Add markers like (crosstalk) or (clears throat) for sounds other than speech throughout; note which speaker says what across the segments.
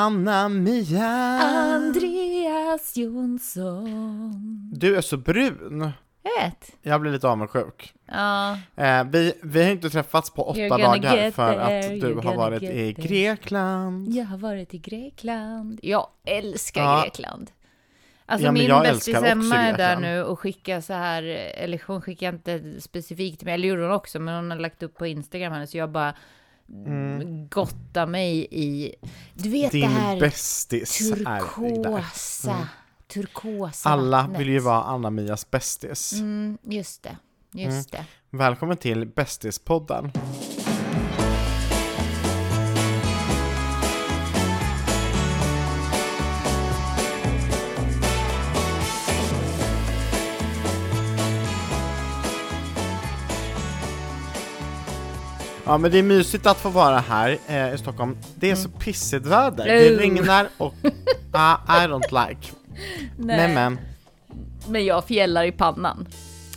Speaker 1: Anna Mia!
Speaker 2: Andreas Jonsson.
Speaker 1: Du är så brun.
Speaker 2: Jag vet.
Speaker 1: Jag blir lite avundsjuk.
Speaker 2: Ja.
Speaker 1: Eh, vi, vi har inte träffats på
Speaker 2: You're
Speaker 1: åtta
Speaker 2: gonna
Speaker 1: dagar
Speaker 2: get
Speaker 1: för
Speaker 2: there,
Speaker 1: att du
Speaker 2: you're
Speaker 1: har
Speaker 2: gonna
Speaker 1: varit
Speaker 2: get
Speaker 1: i
Speaker 2: there.
Speaker 1: Grekland.
Speaker 2: Jag har varit i Grekland. Jag älskar
Speaker 1: Ja.
Speaker 2: Grekland. Alltså
Speaker 1: Ja, men
Speaker 2: min
Speaker 1: jag
Speaker 2: bästis
Speaker 1: älskar också
Speaker 2: Emma är där
Speaker 1: Grekland.
Speaker 2: nu och skickar så här, eller hon skickar inte specifikt till mig, eller gjorde hon också, men hon har lagt upp på Instagram henne, så jag bara gottar mig i, du vet det
Speaker 1: Mm. Din
Speaker 2: här
Speaker 1: bästis är där. Mm.
Speaker 2: turkosa, turkosa
Speaker 1: Alla
Speaker 2: vattnet.
Speaker 1: vill ju vara Anna Mias bästis.
Speaker 2: Mm, just det, just
Speaker 1: Mm.
Speaker 2: det.
Speaker 1: Välkommen till Bästispodden. Ja men det är mysigt att få vara här eh, i Stockholm. Det är så pissigt väder. Det
Speaker 2: Oh.
Speaker 1: regnar och ah, I don't like. Nej men,
Speaker 2: Men jag fjällar i pannan.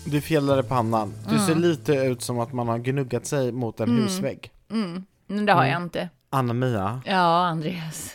Speaker 1: du fjällade pannan. Du ser lite ut som att man har gnuggat sig mot en husvägg.
Speaker 2: Men Mm, det har jag inte.
Speaker 1: Anna-Mia,
Speaker 2: Ja, Andreas.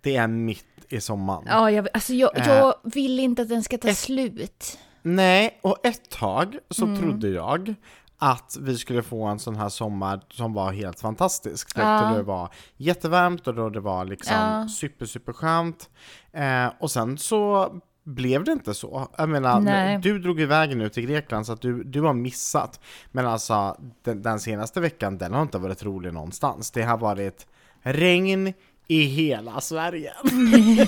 Speaker 1: det är mitt i sommaren.
Speaker 2: Ja, jag, alltså jag, jag vill inte att den ska ta slut.
Speaker 1: Nej, och ett tag så
Speaker 2: Mm.
Speaker 1: trodde jag att vi skulle få en sån här sommar som var helt fantastisk.
Speaker 2: Ja.
Speaker 1: Då det var jättevarmt och då det var liksom
Speaker 2: Ja.
Speaker 1: super, super skönt. Eh, och sen så blev det inte så. Jag menar,
Speaker 2: Nej.
Speaker 1: du drog iväg nu till Grekland så att du, du har missat. Men alltså, den, den senaste veckan, den har inte varit rolig någonstans. Det har varit regn i hela Sverige.
Speaker 2: Mm.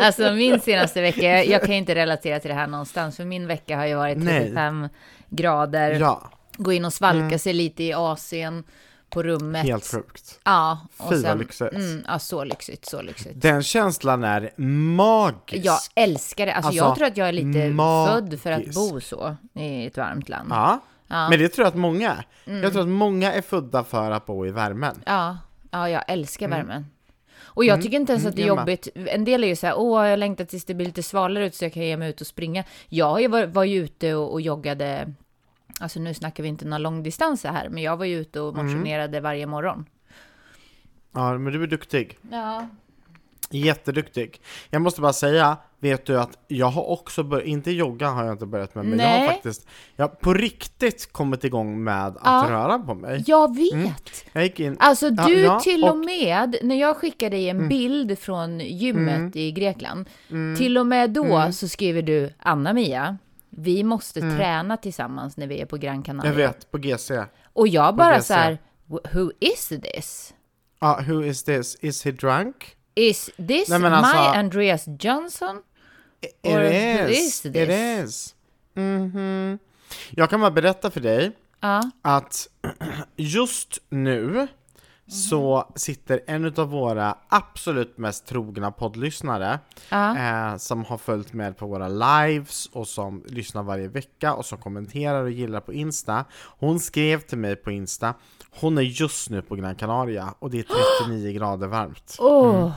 Speaker 2: Alltså min senaste vecka, jag kan ju inte relatera till det här någonstans, för min vecka har ju varit
Speaker 1: Nej.
Speaker 2: 35 grader,
Speaker 1: Ja, Mm.
Speaker 2: gå in och svalka sig lite i AC'n på rummet.
Speaker 1: helt sjukt.
Speaker 2: Ja, och
Speaker 1: Fy, vad
Speaker 2: sen,
Speaker 1: lyxigt.
Speaker 2: Mm, ja, så lyxigt, så lyxigt.
Speaker 1: Den känslan är magisk.
Speaker 2: Jag älskar det. Alltså,
Speaker 1: Alltså,
Speaker 2: jag tror att jag är lite
Speaker 1: magisk.
Speaker 2: född för att bo så i ett varmt land.
Speaker 1: Ja.
Speaker 2: Ja. Mm.
Speaker 1: men det tror jag att många är. Jag tror att många är födda för att bo i värmen.
Speaker 2: Ja, ja jag älskar värmen. Och jag tycker inte ens att det är
Speaker 1: Mm. jag med.
Speaker 2: jobbigt. En del är ju så här, åh, jag längtar tills det blir lite svalare ut så jag kan ge mig ut och springa. Jag har ju var, var ju ute och, och joggade, alltså nu snackar vi inte några långdistanser här, men jag var ju ute och
Speaker 1: Mm.
Speaker 2: motionerade varje morgon.
Speaker 1: Ja, men du är duktig.
Speaker 2: Ja.
Speaker 1: Jätteduktig. Jag måste bara säga, vet du att jag har också börjat, inte jogga har jag inte börjat med, men jag
Speaker 2: Nej.
Speaker 1: har faktiskt, jag har på riktigt kommit igång med att
Speaker 2: Ja.
Speaker 1: röra på mig.
Speaker 2: Jag vet!
Speaker 1: Jag gick in,
Speaker 2: Alltså
Speaker 1: Mm. Ja,
Speaker 2: du
Speaker 1: ja,
Speaker 2: till och,
Speaker 1: och- Mm.
Speaker 2: med, när jag skickade dig en bild från gymmet i Grekland, till och med då
Speaker 1: Mm.
Speaker 2: så skriver du Anna-Mia, vi måste träna tillsammans när vi är på Gran Canaria.
Speaker 1: jag vet, på GC.
Speaker 2: Och jag bara
Speaker 1: Progressa.
Speaker 2: så här, "Wh- who is this?
Speaker 1: Ja, who is this? Is he drunk?
Speaker 2: Is this
Speaker 1: Nej, men alltså-
Speaker 2: my Andreas Johnson?
Speaker 1: It
Speaker 2: Or who
Speaker 1: is,
Speaker 2: is
Speaker 1: it
Speaker 2: this?
Speaker 1: is. Mhm. Jag kan bara berätta för dig
Speaker 2: Ja,
Speaker 1: att (clears throat) just nu så sitter en av våra absolut mest trogna poddlyssnare
Speaker 2: ja,
Speaker 1: eh, som har följt med på våra lives och som lyssnar varje vecka och som kommenterar och gillar på Insta. Hon skrev till mig på Insta, hon är just nu på Gran Canaria och det är 39 grader varmt.
Speaker 2: åh.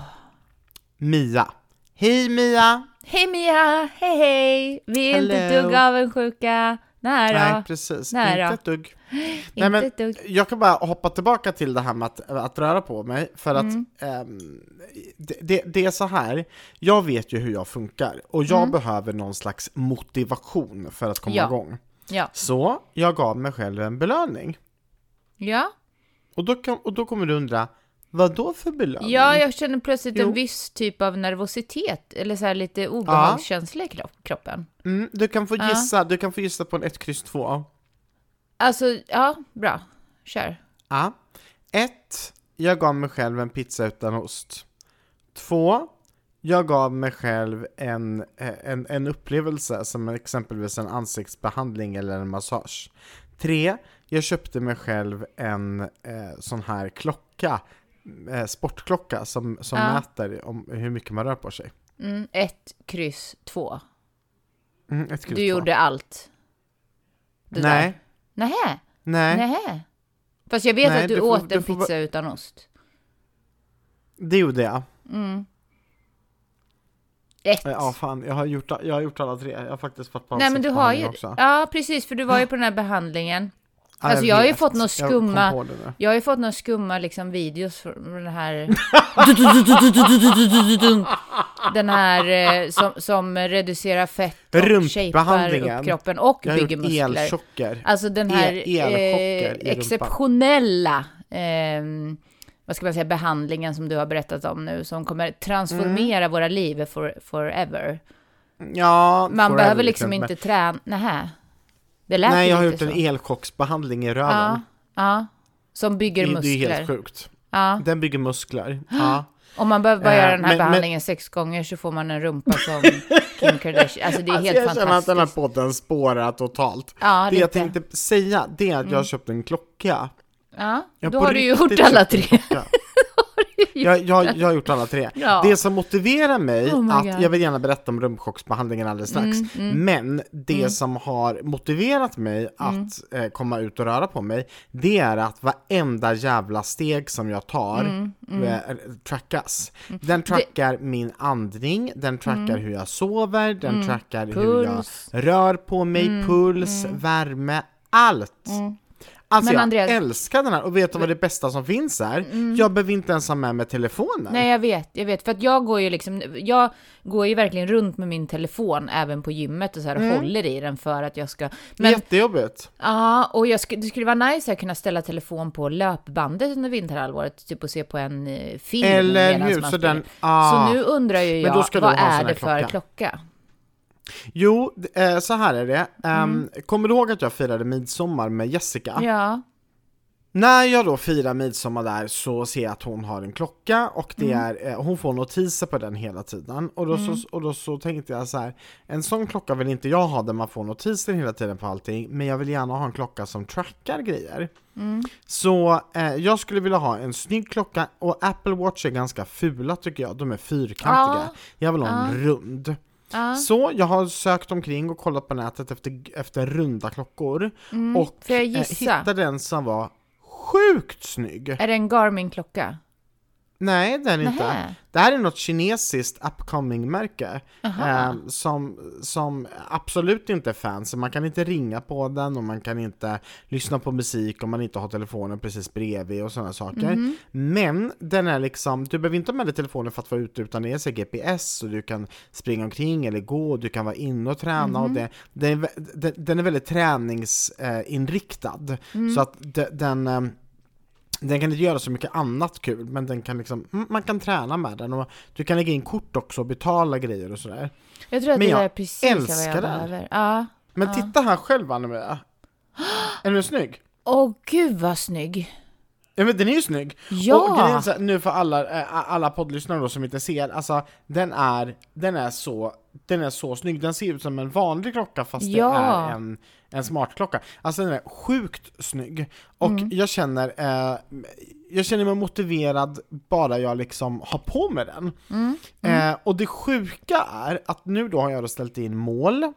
Speaker 1: Mia. Hej Mia!
Speaker 2: Hej Mia, hej hej! Vi är inte ett
Speaker 1: Hello.
Speaker 2: dugg avundsjuka. Nej då.
Speaker 1: Nej precis,
Speaker 2: Nej
Speaker 1: inte
Speaker 2: då.
Speaker 1: ett dugg.
Speaker 2: inte
Speaker 1: Nej, men
Speaker 2: ett dugg.
Speaker 1: jag kan bara hoppa tillbaka till det här med att, att röra på mig, för att
Speaker 2: Mm.
Speaker 1: ehm, det, det, det är så här, jag vet ju hur jag funkar och jag behöver någon slags motivation för att komma
Speaker 2: Mm. Ja.
Speaker 1: igång.
Speaker 2: Ja,
Speaker 1: Så jag gav mig själv en belöning.
Speaker 2: ja.
Speaker 1: Och då, kan, och då kommer du undra, vad då för belöning?
Speaker 2: ja, jag känner plötsligt
Speaker 1: Mm. Jo.
Speaker 2: en viss typ av nervositet eller så här lite obehagskänsla i kro- kroppen.
Speaker 1: Mm, du kan få
Speaker 2: Ja.
Speaker 1: gissa, du kan få gissa på en 1, kryss 2.
Speaker 2: Alltså, ja, bra. Kör.
Speaker 1: Ja. 1. Jag gav mig själv en pizza utan ost. 2. Jag gav mig själv en, eh, en, en upplevelse som exempelvis en ansiktsbehandling eller en massage. 3. Jag köpte mig själv en eh, sån här klocka, eh, sportklocka som, som
Speaker 2: Ja.
Speaker 1: mäter om hur mycket man rör på sig.
Speaker 2: Mm, ett, kryss, två.
Speaker 1: Mm, ett
Speaker 2: Du
Speaker 1: kryss två.
Speaker 2: gjorde allt. det där.
Speaker 1: nej,
Speaker 2: Nähä?
Speaker 1: nej,
Speaker 2: Nähä. Fast jag vet
Speaker 1: Nej,
Speaker 2: att du,
Speaker 1: du får-
Speaker 2: åt
Speaker 1: du
Speaker 2: en
Speaker 1: får
Speaker 2: pizza
Speaker 1: bara-
Speaker 2: utan ost.
Speaker 1: det gjorde jag. Eh,
Speaker 2: Rätt.
Speaker 1: Ja, fan, jag har gjort, jag har gjort alla tre. Jag har faktiskt varit på
Speaker 2: Nej men du har ju...
Speaker 1: ansiktsbehandling också.
Speaker 2: Ja precis, för du var ju på den här behandlingen.
Speaker 1: Ja,
Speaker 2: Alltså, jag har ju
Speaker 1: vet.
Speaker 2: fått några
Speaker 1: Jag kom
Speaker 2: skumma-
Speaker 1: på det nu.
Speaker 2: Jag har ju fått några skumma liksom videos från den här... Den här eh, som, som reducerar fett och shapar
Speaker 1: Rumpbehandlingen.
Speaker 2: upp kroppen och
Speaker 1: Jag har
Speaker 2: bygger
Speaker 1: gjort
Speaker 2: muskler.
Speaker 1: elchocker.
Speaker 2: Alltså den här
Speaker 1: El- elchocker i
Speaker 2: eh, exceptionella, ehm, vad ska man säga, behandlingen som du har berättat om nu, som kommer transformera
Speaker 1: Mm.
Speaker 2: våra liv for, forever.
Speaker 1: Ja,
Speaker 2: Man
Speaker 1: forever
Speaker 2: behöver liksom
Speaker 1: men-
Speaker 2: inte träna, nähä. Det lät
Speaker 1: Nej,
Speaker 2: ju
Speaker 1: jag har
Speaker 2: inte
Speaker 1: gjort en
Speaker 2: så.
Speaker 1: elchocksbehandling i
Speaker 2: ja,
Speaker 1: röven.
Speaker 2: ja, som
Speaker 1: Det
Speaker 2: bygger
Speaker 1: är- det är ju
Speaker 2: muskler.
Speaker 1: helt sjukt.
Speaker 2: ja.
Speaker 1: Den bygger
Speaker 2: (gasps)
Speaker 1: muskler. Ja.
Speaker 2: Om man behöver bara
Speaker 1: Eh,
Speaker 2: göra den här
Speaker 1: men- men-
Speaker 2: behandlingen sex gånger så får man en rumpa som Kim Kardashian. Alltså det är
Speaker 1: Alltså,
Speaker 2: helt
Speaker 1: jag känner att
Speaker 2: fantastiskt.
Speaker 1: den här podden spårar totalt.
Speaker 2: Ja,
Speaker 1: det jag
Speaker 2: lite.
Speaker 1: tänkte säga, det är att jag
Speaker 2: Mm.
Speaker 1: har köpt en klocka.
Speaker 2: Ja,
Speaker 1: Jag
Speaker 2: då
Speaker 1: på
Speaker 2: har du ju
Speaker 1: riktigt
Speaker 2: gjort alla
Speaker 1: köpt en
Speaker 2: tre. (laughs)
Speaker 1: klocka. jag, jag, jag har gjort alla tre.
Speaker 2: Ja.
Speaker 1: Det som motiverar mig
Speaker 2: Oh my
Speaker 1: att,
Speaker 2: God. Mm,
Speaker 1: jag vill gärna berätta om rumpchocksbehandlingen alldeles strax, men det som har motiverat mig
Speaker 2: Mm.
Speaker 1: att eh, komma ut och röra på mig, det är att varenda jävla steg som jag tar
Speaker 2: Mm,
Speaker 1: eh, trackas. Den trackar min andning, den trackar hur jag sover, den trackar hur jag
Speaker 2: Mm. Puls. Mm,
Speaker 1: rör på mig, puls, värme, allt. Alltså
Speaker 2: Men
Speaker 1: jag
Speaker 2: Andreas-
Speaker 1: älskar den här och vet du vad det bästa som finns är? Jag behöver inte ens ha med mig telefonen.
Speaker 2: Mm. Nej, jag vet, jag vet. För att jag går ju liksom, jag går ju verkligen runt med min telefon även på gymmet och så här
Speaker 1: Mm.
Speaker 2: och håller i den för att jag ska. Men ja,
Speaker 1: Jättejobbigt.
Speaker 2: och jag sk- det skulle vara nice att kunna ställa telefon på löpbandet under vinterhalvåret, typ och se på en eh, film
Speaker 1: Eller
Speaker 2: medans
Speaker 1: hur?
Speaker 2: man
Speaker 1: Så
Speaker 2: springer.
Speaker 1: den, ah.
Speaker 2: Så nu undrar ju
Speaker 1: Men då
Speaker 2: jag,
Speaker 1: ska du
Speaker 2: vad
Speaker 1: ha en
Speaker 2: är
Speaker 1: sån här
Speaker 2: det för
Speaker 1: klocka.
Speaker 2: klocka?
Speaker 1: Jo, d- eh, så här är det. Ehm,
Speaker 2: Mm.
Speaker 1: Kommer du ihåg att jag firade midsommar med Jessica?
Speaker 2: Ja.
Speaker 1: När jag då firar midsommar där så ser jag att hon har en klocka och det
Speaker 2: Mm.
Speaker 1: är, eh, hon får notiser på den hela tiden. Och då, så, och då så tänkte jag så här, en sån klocka vill inte jag ha där man får notiser hela tiden på allting, men jag vill gärna ha en klocka som trackar grejer.
Speaker 2: Mm.
Speaker 1: Så eh, jag skulle vilja ha en snygg klocka och Apple Watch är ganska fula tycker jag, de är fyrkantiga.
Speaker 2: Ja.
Speaker 1: Jag vill ha en rund.
Speaker 2: ja.
Speaker 1: Så jag har sökt omkring och kollat på nätet efter, efter runda klockor och
Speaker 2: Mm. Får jag
Speaker 1: eh,
Speaker 2: gissa?
Speaker 1: hittade en som var sjukt snygg.
Speaker 2: Är det en Garmin-klocka?
Speaker 1: Nej, det är det
Speaker 2: Nähä.
Speaker 1: inte. Det här är något kinesiskt upcoming-märke eh, som, som absolut inte är fancy. Man kan inte ringa på den och man kan inte lyssna på musik om man inte har telefonen precis bredvid och sådana saker. Men den är liksom, du behöver inte ha med dig telefonen för att vara ute utan det är så här GPS och du kan springa omkring eller gå och du kan vara inne och träna och det, den, är vä- den- den är väldigt träningsinriktad. Så att de- den ehm, den kan inte göra så mycket annat kul, men den kan liksom, mm, man kan träna med den och du kan lägga in kort också och betala grejer och sådär.
Speaker 2: Jag tror att
Speaker 1: Men
Speaker 2: det
Speaker 1: jag
Speaker 2: där är precis vad
Speaker 1: älskar
Speaker 2: jag
Speaker 1: den.
Speaker 2: behöver. Ja.
Speaker 1: Men titta här själv Anna-Maria. Är den snygg?
Speaker 2: Åh gud vad snygg!
Speaker 1: Ja men den är ju snygg! Och grejen är
Speaker 2: Ja!
Speaker 1: så här, nu för alla, eh, alla poddlyssnare då som inte ser, alltså den är, den är så den är så snygg, den ser ut som en vanlig klocka fast
Speaker 2: Ja.
Speaker 1: det är en, en smartklocka. Alltså den är sjukt snygg. Och
Speaker 2: Mm.
Speaker 1: jag känner, eh, jag känner mig motiverad bara jag liksom har på mig den.
Speaker 2: Mm.
Speaker 1: Eh, och det sjuka är att nu då har jag då ställt in mål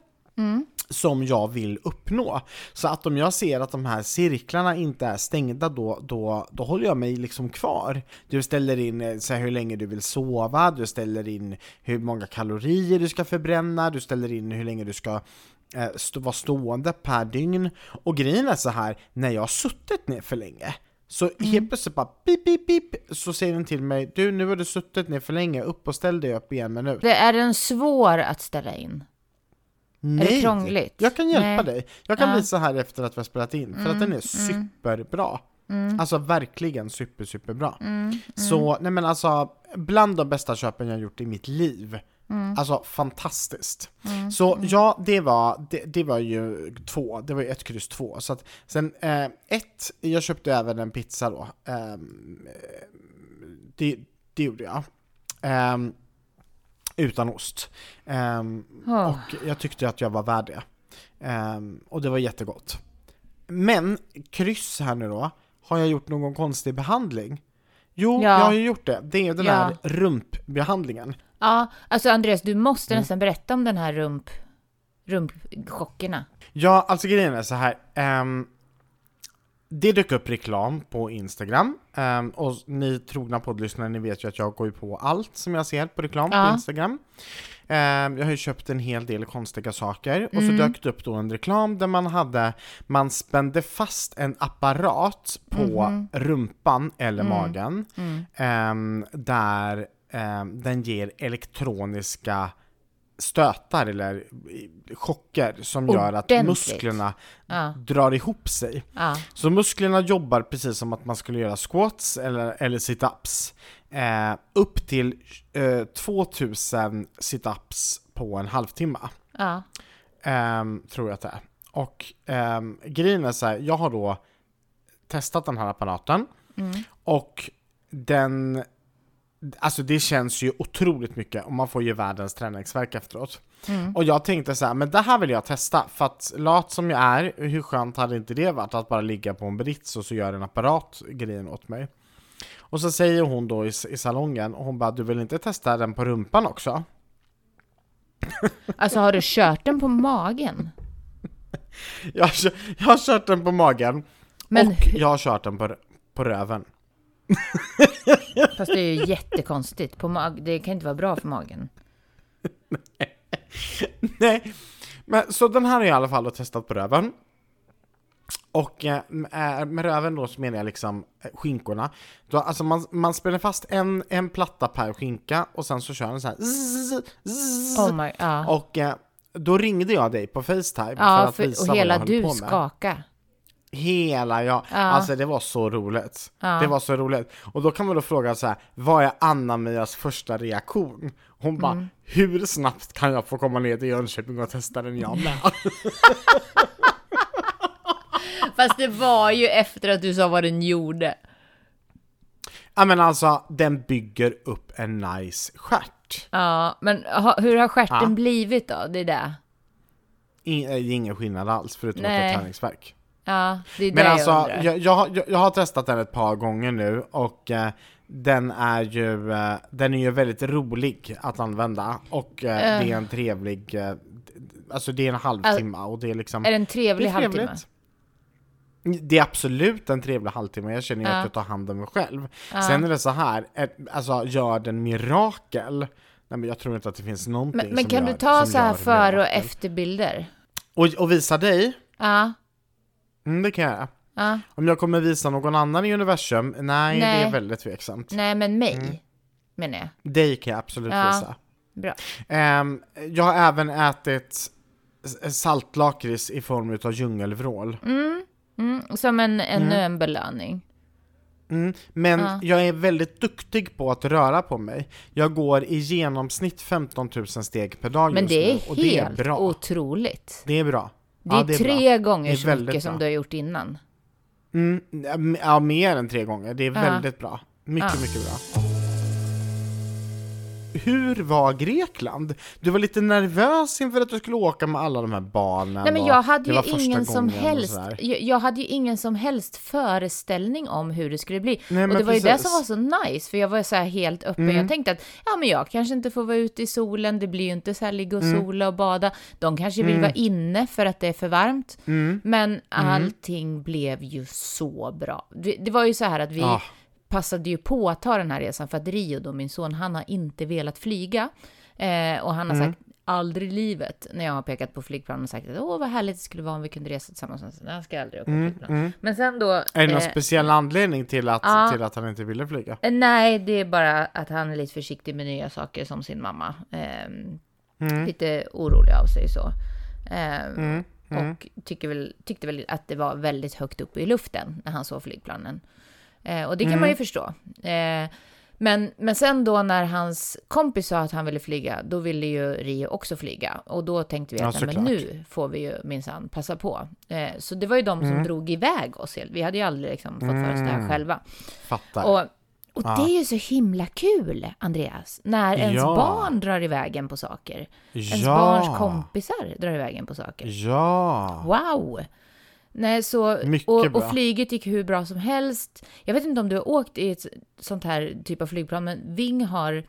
Speaker 1: som jag vill uppnå. Så att om jag ser att de här cirklarna inte är stängda då, då, då håller jag mig liksom kvar. Du ställer in eh, så här, hur länge du vill sova, du ställer in hur många kalorier du ska förbränna, du ställer in hur länge du ska eh, stå, vara stående per dygn. Och grejen är så här, när jag har suttit ner för länge så helt plötsligt bara pip, pip, pip, så säger den till mig du nu har du suttit ner för länge, upp och ställ dig upp igen minut.
Speaker 2: Det är den svår att ställa in?
Speaker 1: Nej,
Speaker 2: krångligt?
Speaker 1: jag kan hjälpa
Speaker 2: Nej.
Speaker 1: dig. Jag kan
Speaker 2: Ja. Mm,
Speaker 1: visa här efter att vi har spelat in, för att den är superbra. Alltså verkligen super, superbra.
Speaker 2: Mm,
Speaker 1: Så, nej men alltså, bland de bästa köpen jag gjort i mitt liv.
Speaker 2: Mm.
Speaker 1: Alltså fantastiskt. Så ja, det var, det, det var ju två, det var ju ett kryss två. Så att, sen eh, ett, jag köpte även en pizza då. Ehm, eh, det, det gjorde jag. Ehm, utan ost. Ehm,
Speaker 2: Åh.
Speaker 1: Och jag tyckte att jag var värd det. Ehm, och det var jättegott. Men, kryss här nu då. Har jag gjort någon konstig behandling? Jo,
Speaker 2: Ja.
Speaker 1: jag har ju gjort det. Det är den
Speaker 2: Ja.
Speaker 1: här rumpbehandlingen.
Speaker 2: Ja, alltså Andreas, du måste
Speaker 1: Mm.
Speaker 2: nästan berätta om den här rump... rumpchockerna.
Speaker 1: Ja, alltså grejen är så här. ehm, Det dök upp reklam på Instagram ehm, och ni trogna poddlyssnare ni vet ju att jag går ju på allt som jag ser på reklam
Speaker 2: Ja.
Speaker 1: på Instagram. Ehm, jag har ju köpt en hel del konstiga saker och
Speaker 2: Mm.
Speaker 1: så dök det upp då en reklam där man hade, man spände fast en apparat på
Speaker 2: Mhm.
Speaker 1: rumpan eller
Speaker 2: Mm.
Speaker 1: magen
Speaker 2: Mm.
Speaker 1: ehm, där ehm, den ger elektroniska stötar eller eh, chocker som gör att
Speaker 2: Ordentligt.
Speaker 1: musklerna
Speaker 2: Ja,
Speaker 1: drar ihop sig.
Speaker 2: ja.
Speaker 1: Så musklerna jobbar precis som att man skulle göra squats eller, eller sit-ups. Eh, upp till eh, 2000 sit-ups på en halvtimme.
Speaker 2: ja.
Speaker 1: Ehm, tror jag att det är. Och ehm, grejen är så här, jag har då testat den här apparaten
Speaker 2: Mm.
Speaker 1: och den, alltså det känns ju otroligt mycket och man får ju världens träningsvärk efteråt.
Speaker 2: Mm.
Speaker 1: Och jag tänkte så här, men det här vill jag testa, för att lat som jag är, hur skönt hade inte det varit att bara ligga på en brits och så gör en apparat grejen åt mig. Och så säger hon då i, i salongen, och hon bara du vill inte testa den på rumpan också?
Speaker 2: Alltså har du kört den på magen?
Speaker 1: Jag, har kö- jag har kört den på magen,
Speaker 2: Men
Speaker 1: och
Speaker 2: hur-
Speaker 1: jag har kört den på, r- på röven.
Speaker 2: Fast det är ju jättekonstigt. På mag- det kan inte vara bra för magen.
Speaker 1: Nej, men så den här har jag i alla fall testat på röven. Och eh, med- med röven då så menar jag liksom eh, skinkorna. Då, alltså man, man spänner fast en, en platta per skinka och sen så kör den så här. zzz, zzz.
Speaker 2: Oh my, ja.
Speaker 1: Och eh, då ringde jag dig på Facetime för
Speaker 2: Ja,
Speaker 1: att
Speaker 2: för,
Speaker 1: visa
Speaker 2: och hela
Speaker 1: vad jag höll
Speaker 2: du
Speaker 1: på med.
Speaker 2: skaka.
Speaker 1: Hela jag.
Speaker 2: Ja.
Speaker 1: Alltså det var så roligt.
Speaker 2: Ja.
Speaker 1: Det var så roligt. Och då kan man då fråga så här, vad är Anna-Mias första reaktion? Hon bara,
Speaker 2: Mm.
Speaker 1: hur snabbt kan jag få komma ner till Jönköping och testa den jag med?
Speaker 2: Fast det var ju efter att du sa vad den gjorde.
Speaker 1: Ja men alltså, den bygger upp en nice stjärt.
Speaker 2: Ja, men ha, hur har stjärten
Speaker 1: Ja.
Speaker 2: blivit då? Det är det.
Speaker 1: In, eh, ingen skillnad alls, förutom att det
Speaker 2: Nej.
Speaker 1: är träningsvärk.
Speaker 2: Ja, det är
Speaker 1: Men
Speaker 2: det
Speaker 1: alltså,
Speaker 2: jag undrar.
Speaker 1: jag, jag, har- jag, jag har testat den ett par gånger nu och eh, den är ju, eh, den är ju väldigt rolig att använda och eh,
Speaker 2: Eh.
Speaker 1: det är en trevlig, eh, d- alltså det är en halvtimme och det är liksom
Speaker 2: Är det en trevlig
Speaker 1: det är trevligt.
Speaker 2: halvtimme?
Speaker 1: Det är absolut en trevlig halvtimme, jag känner ju
Speaker 2: Ja.
Speaker 1: att jag tar hand om mig själv.
Speaker 2: Ja.
Speaker 1: Sen är det så här, ett, alltså gör den mirakel? Nej men jag tror inte att det finns någonting
Speaker 2: Men, men
Speaker 1: som
Speaker 2: kan
Speaker 1: gör,
Speaker 2: du ta
Speaker 1: som
Speaker 2: så här
Speaker 1: gör
Speaker 2: före och
Speaker 1: mirakel.
Speaker 2: efterbilder?
Speaker 1: Och, och visa dig?
Speaker 2: Ja,
Speaker 1: Mm, det kan jag göra.
Speaker 2: ja.
Speaker 1: Om jag kommer visa någon annan i universum? Nej, det
Speaker 2: Nej.
Speaker 1: är väldigt tveksamt.
Speaker 2: Nej, men mig
Speaker 1: Mm.
Speaker 2: menar jag.
Speaker 1: Dig kan jag absolut
Speaker 2: Ja.
Speaker 1: visa.
Speaker 2: Bra.
Speaker 1: Ehm, jag har även ätit s- saltlakrits i form av djungelvrål.
Speaker 2: Mm, mm. Som en, en,
Speaker 1: Mm.
Speaker 2: en belöning.
Speaker 1: Mm, men
Speaker 2: Ja.
Speaker 1: jag är väldigt duktig på att röra på mig. Jag går i genomsnitt 15 000 steg per dag
Speaker 2: Men
Speaker 1: just
Speaker 2: det
Speaker 1: nu,
Speaker 2: är helt
Speaker 1: och det är bra.
Speaker 2: otroligt.
Speaker 1: Det är bra.
Speaker 2: Det är,
Speaker 1: ja, det är bra.
Speaker 2: tre gånger
Speaker 1: Det är
Speaker 2: så
Speaker 1: väldigt
Speaker 2: mycket som
Speaker 1: bra.
Speaker 2: du har gjort innan.
Speaker 1: Mm, m- ja, mer än tre gånger. Det är
Speaker 2: Ja.
Speaker 1: väldigt bra. Mycket,
Speaker 2: Ja.
Speaker 1: mycket bra. Hur var Grekland? Du var lite nervös inför att du skulle åka med alla de här barnen.
Speaker 2: Nej men
Speaker 1: och
Speaker 2: jag hade
Speaker 1: det
Speaker 2: ju
Speaker 1: var första
Speaker 2: ingen som
Speaker 1: gången och
Speaker 2: helst,
Speaker 1: sådär.
Speaker 2: jag, jag hade ju ingen som helst föreställning om hur det skulle bli.
Speaker 1: Nej,
Speaker 2: och
Speaker 1: men
Speaker 2: det var ju det
Speaker 1: precis.
Speaker 2: som var så nice, för jag var så här helt öppen.
Speaker 1: Mm.
Speaker 2: Jag tänkte att, ja men jag kanske inte får vara ute i solen, det blir ju inte så här ligga
Speaker 1: Mm.
Speaker 2: och sola och bada. De kanske vill vara inne för att det är för varmt.
Speaker 1: Mm.
Speaker 2: Men allting blev ju så bra. Det, det var ju så här att vi
Speaker 1: Ah.
Speaker 2: passade ju på att ta den här resan för att Rio då, min son, han har inte velat flyga. Eh, och han
Speaker 1: Mm.
Speaker 2: har sagt aldrig i livet när jag har pekat på flygplan och sagt att åh vad härligt det skulle vara om vi kunde resa tillsammans. Han sa, "Nej, jag ska aldrig åka flygplan. Men sen då...
Speaker 1: Mm, Är det någon
Speaker 2: eh,
Speaker 1: speciell anledning till att,
Speaker 2: ja.
Speaker 1: till att han inte ville flyga?
Speaker 2: Eh, Nej, det är bara att han är lite försiktig med nya saker som sin mamma. Ehm,
Speaker 1: Mm.
Speaker 2: Lite orolig av sig så. Ehm,
Speaker 1: mm.
Speaker 2: Och tycker väl, tyckte väl att det var väldigt högt upp i luften när han såg flygplanen. Eh, och det kan man
Speaker 1: Mm.
Speaker 2: ju förstå. Eh, men, men sen då när hans kompis sa att han ville flyga, då ville ju Rio också flyga. Och då tänkte vi
Speaker 1: Ja,
Speaker 2: att nej, men
Speaker 1: såklart.
Speaker 2: nu får vi ju minsann passa på. Eh, så det var ju de som
Speaker 1: Mm.
Speaker 2: drog iväg oss. helt. Vi hade ju aldrig liksom fått för oss det här själva.
Speaker 1: Fattar.
Speaker 2: Och, och det är ju så himla kul, Andreas, när ens
Speaker 1: Ja.
Speaker 2: barn drar ivägen på saker. Ens
Speaker 1: Ja.
Speaker 2: barns kompisar drar ivägen på saker.
Speaker 1: Ja!
Speaker 2: Wow! Nej, så,
Speaker 1: Mycket
Speaker 2: och,
Speaker 1: bra.
Speaker 2: och flyget gick hur bra som helst. Jag vet inte om du har åkt i ett sånt här typ av flygplan, men Ving har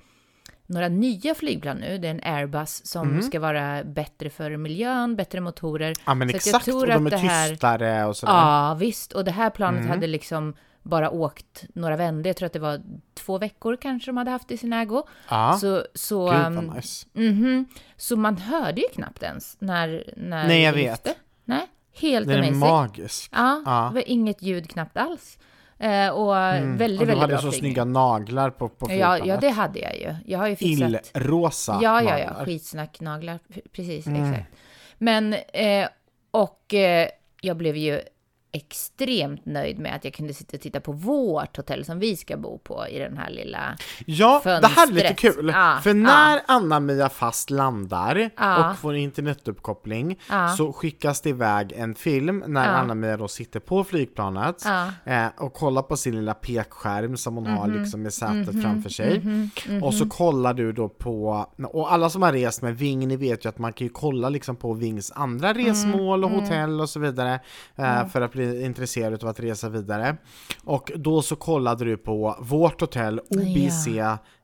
Speaker 2: några nya flygplan nu. Det är en Airbus som
Speaker 1: Mm.
Speaker 2: ska vara bättre för miljön, bättre motorer.
Speaker 1: Ja men
Speaker 2: Så att jag
Speaker 1: exakt,
Speaker 2: tror
Speaker 1: och de
Speaker 2: att
Speaker 1: är
Speaker 2: det här-
Speaker 1: tystare och sådär.
Speaker 2: Ja, visst. Och det här planet
Speaker 1: Mm.
Speaker 2: hade liksom bara åkt några vändor. Jag tror att det var två veckor kanske de hade haft i sin ägo.
Speaker 1: Ja.
Speaker 2: Så, så,
Speaker 1: Gud
Speaker 2: um,
Speaker 1: vad nice.
Speaker 2: mhm. så man hörde ju knappt ens när... när
Speaker 1: Nej, jag
Speaker 2: det
Speaker 1: lyfte.
Speaker 2: lyfte. Nej, helt
Speaker 1: Den är
Speaker 2: amazing.
Speaker 1: magisk.
Speaker 2: ja,
Speaker 1: Ja. Mm.
Speaker 2: det var inget ljud knappt alls. Eh, och väldigt,
Speaker 1: och du
Speaker 2: väldigt
Speaker 1: hade
Speaker 2: bra
Speaker 1: så
Speaker 2: flygning.
Speaker 1: snygga naglar på, på
Speaker 2: ja,
Speaker 1: flygplanet.
Speaker 2: ja, det hade jag ju. Jag har ju fixat...
Speaker 1: Illrosa
Speaker 2: Ja, ja, ja.
Speaker 1: naglar.
Speaker 2: Skitsnacknaglar. Precis,
Speaker 1: Mm.
Speaker 2: exakt. Men, eh, och eh, jag blev ju extremt nöjd med att jag kunde sitta och titta på vårt hotell som vi ska bo på i den här lilla...
Speaker 1: Ja, det här är lite
Speaker 2: Fönstret.
Speaker 1: kul.
Speaker 2: Ja,
Speaker 1: för när Anna-Mia Fast landar
Speaker 2: Ja.
Speaker 1: och får en internetuppkoppling
Speaker 2: Ja.
Speaker 1: så skickas det iväg en film när
Speaker 2: Ja.
Speaker 1: Anna-Mia då sitter på flygplanet
Speaker 2: Ja. Mhm.
Speaker 1: eh, och kollar på sin lilla pekskärm som hon har liksom i sätet framför sig. Och så kollar du då på, och alla som har rest med Ving, ni vet ju att man kan ju kolla liksom på Vings andra
Speaker 2: Mm.
Speaker 1: resmål och hotell och så vidare eh, för att bli intresserad av att resa vidare. Och då så kollade du på vårt hotell OBC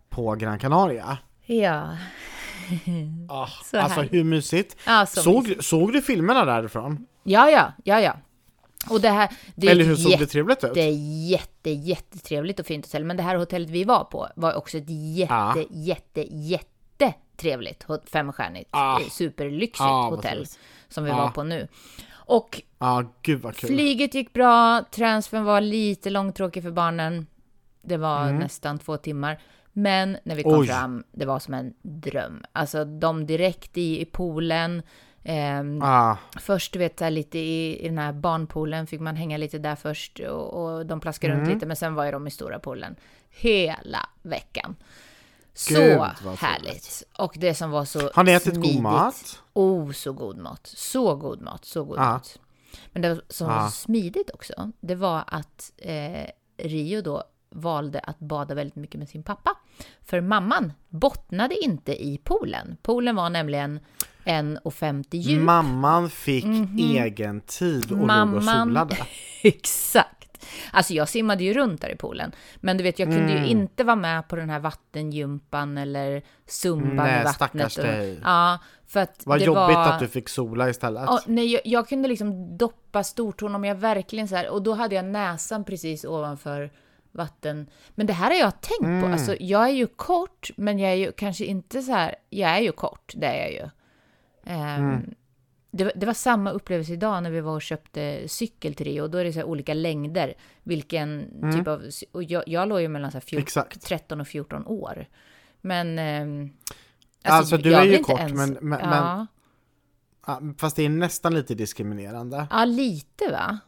Speaker 1: på Gran Canaria.
Speaker 2: Ja.
Speaker 1: Ah,
Speaker 2: Så
Speaker 1: alltså
Speaker 2: härligt.
Speaker 1: hur mysigt.
Speaker 2: Ja, så
Speaker 1: såg, du- såg du filmerna därifrån?
Speaker 2: Ja, ja, ja, ja. Och det här... Det är
Speaker 1: Eller hur
Speaker 2: ett
Speaker 1: såg det trevligt ut?
Speaker 2: Det är jätte, jättetrevligt och fint hotell. Men det här hotellet vi var på var också ett jätte,
Speaker 1: Ah.
Speaker 2: jätte, jätte trevligt femstjärnigt,
Speaker 1: Ah.
Speaker 2: eh, superlyxigt
Speaker 1: Ah, vad
Speaker 2: hotell
Speaker 1: trevligt.
Speaker 2: som vi
Speaker 1: Ah.
Speaker 2: var på nu. Och
Speaker 1: Ja, Ah, gud vad kul.
Speaker 2: flyget gick bra, transfern var lite långtråkig för barnen. Det var nästan två timmar. Men när vi kom
Speaker 1: Mm. Oj.
Speaker 2: fram, det var som en dröm. Alltså de direkt i, i poolen. ehm,
Speaker 1: ah,
Speaker 2: Först du vet så här, lite i, i den här barnpoolen fick man hänga lite där först och, och de plaskade
Speaker 1: Mm.
Speaker 2: runt lite men sen var ju de i stora poolen hela veckan.
Speaker 1: Gud,
Speaker 2: Så
Speaker 1: vad trevligt.
Speaker 2: härligt! Och det som var så
Speaker 1: har ni ätit god
Speaker 2: smidigt.
Speaker 1: mat?
Speaker 2: Oh, så god mat! Så god mat, så god
Speaker 1: Ja.
Speaker 2: mat. Men det som var
Speaker 1: Ja.
Speaker 2: så smidigt också, det var att eh, Rio då valde att bada väldigt mycket med sin pappa. För mamman bottnade inte i poolen. Poolen var nämligen 1,50 djup. Mhm.
Speaker 1: Mamman fick egen tid Mm, och låg och
Speaker 2: Mamman-
Speaker 1: solade.
Speaker 2: (laughs) Exakt. Alltså jag simmade ju runt där i poolen. Men du vet, jag kunde
Speaker 1: Mm.
Speaker 2: ju inte vara med på den här vattengympan eller zumban
Speaker 1: Nej,
Speaker 2: i vattnet.
Speaker 1: stackars dig.
Speaker 2: Ja, för att
Speaker 1: Vad
Speaker 2: det
Speaker 1: jobbigt
Speaker 2: var...
Speaker 1: att du fick sola istället.
Speaker 2: Ja, nej, jag, jag kunde liksom doppa stortån om jag verkligen så här. Och då hade jag näsan precis ovanför vatten. Men det här har jag tänkt på.
Speaker 1: Mm.
Speaker 2: Alltså, jag är ju kort, men jag är ju kanske inte så här. Jag är ju kort, det är jag ju. Ehm,
Speaker 1: Mm.
Speaker 2: det, var- det var samma upplevelse idag när vi var och köpte cykel till Rio. Och då är det så här olika längder. Vilken typ av... cy- Och jag, jag låg ju mellan så här 14,
Speaker 1: Mm. Exakt.
Speaker 2: 13 och 14 år. Men... ehm,
Speaker 1: Alltså, du
Speaker 2: jag
Speaker 1: är
Speaker 2: vill
Speaker 1: ju
Speaker 2: inte
Speaker 1: kort, men- men- men-
Speaker 2: ja.
Speaker 1: Ja, Ah, Fast det är nästan lite diskriminerande.
Speaker 2: ja, lite va?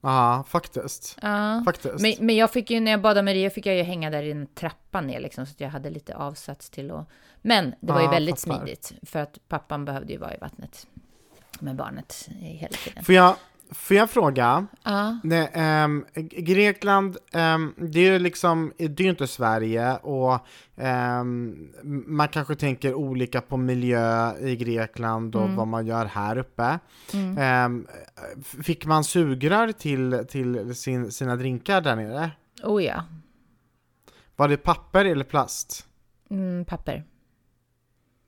Speaker 1: Ja, faktiskt.
Speaker 2: Ja.
Speaker 1: Faktiskt.
Speaker 2: Men, men jag fick ju, när jag badade med Rio fick jag ju hänga där i en trappa ner liksom, så att jag hade lite avsats till att... Men det var ju
Speaker 1: Ah,
Speaker 2: väldigt
Speaker 1: fattar.
Speaker 2: smidigt, för att pappan behövde ju vara i vattnet med barnet i- hela tiden.
Speaker 1: Får, jag, får jag fråga?
Speaker 2: Ja,
Speaker 1: Nej, ehm, G- Grekland, ehm, det är ju liksom, det är ju inte Sverige och ehm, man kanske tänker olika på miljö i Grekland och vad man gör här uppe. Ehm, f- fick man sugrör till, till sin, sina drinkar där nere?
Speaker 2: oh ja.
Speaker 1: Var det papper eller plast? (laughs)
Speaker 2: Mm, papper.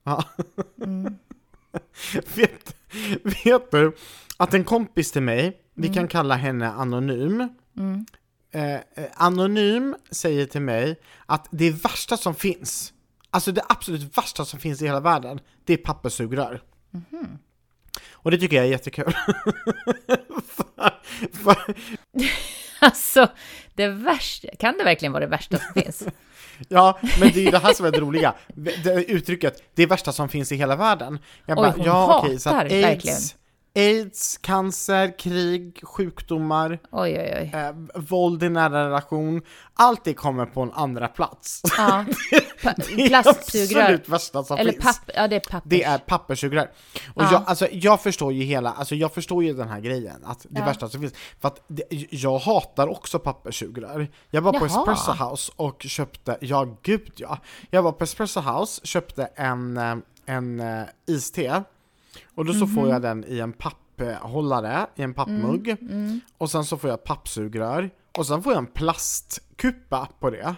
Speaker 1: Ja.
Speaker 2: Mm.
Speaker 1: vet, vet du att en kompis till mig, vi kan kalla henne Anonym, (laughs)
Speaker 2: Mm.
Speaker 1: eh, eh, Anonym säger till mig att det värsta som finns, alltså det absolut värsta som finns i hela världen, det är papperssugrör.
Speaker 2: mhm.
Speaker 1: Och det tycker jag är jättekul. (laughs) för, för,
Speaker 2: Alltså, det värsta, kan det verkligen vara det värsta som finns?
Speaker 1: ja, men det är ju det här som är det roliga. Det uttrycket, det värsta som finns i hela världen. Jag
Speaker 2: Oj,
Speaker 1: bara,
Speaker 2: hon
Speaker 1: ja okej, så att
Speaker 2: hatar verkligen.
Speaker 1: AIDS, aids, cancer, krig, sjukdomar,
Speaker 2: Oj, oj,
Speaker 1: (laughs)
Speaker 2: oj.
Speaker 1: eh, våld i nära relation, allt det kommer på en andra plats. (laughs)
Speaker 2: Ja, pa-
Speaker 1: Det är
Speaker 2: plastsugrör.
Speaker 1: absolut värsta som
Speaker 2: Eller
Speaker 1: finns.
Speaker 2: papper, ja det är papper.
Speaker 1: det är papperssugrör. Och
Speaker 2: Ja.
Speaker 1: jag, alltså, jag förstår ju hela, alltså jag förstår ju den här grejen, att det
Speaker 2: Ja.
Speaker 1: värsta som finns. För att det, jag hatar också papperssugrör. Jag var på
Speaker 2: Jaha.
Speaker 1: Espresso House och köpte, ja gud ja. Jag var på Espresso House, köpte en, eh, en eh, iste. Och då så
Speaker 2: Mhm.
Speaker 1: får jag den i en papphållare, i en
Speaker 2: Mm,
Speaker 1: pappmugg. Och sen så får jag ett pappsugrör. Och sen får jag en plastkupa på det. Mm.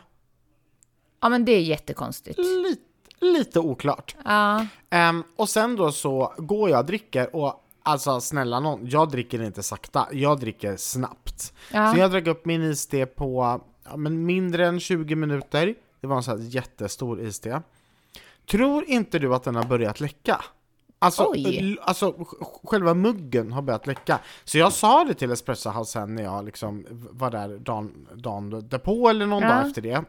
Speaker 2: Ja, men det är jättekonstigt.
Speaker 1: Lite, Lite oklart.
Speaker 2: Ja.
Speaker 1: Ehm, och sen då så går jag och dricker och alltså snälla någon, jag dricker inte sakta, jag dricker snabbt.
Speaker 2: Ja.
Speaker 1: Så jag drack upp min iste på ja, men mindre än 20 minuter. Det var en sån här jättestor iste. Tror inte du att den har börjat läcka? Alltså,
Speaker 2: Oj.
Speaker 1: l- alltså sj- sj- själva muggen har börjat läcka. Så jag sa det till Espresso House sen när jag liksom var där dagen, dagen därpå eller någon
Speaker 2: Ja.
Speaker 1: dag efter det.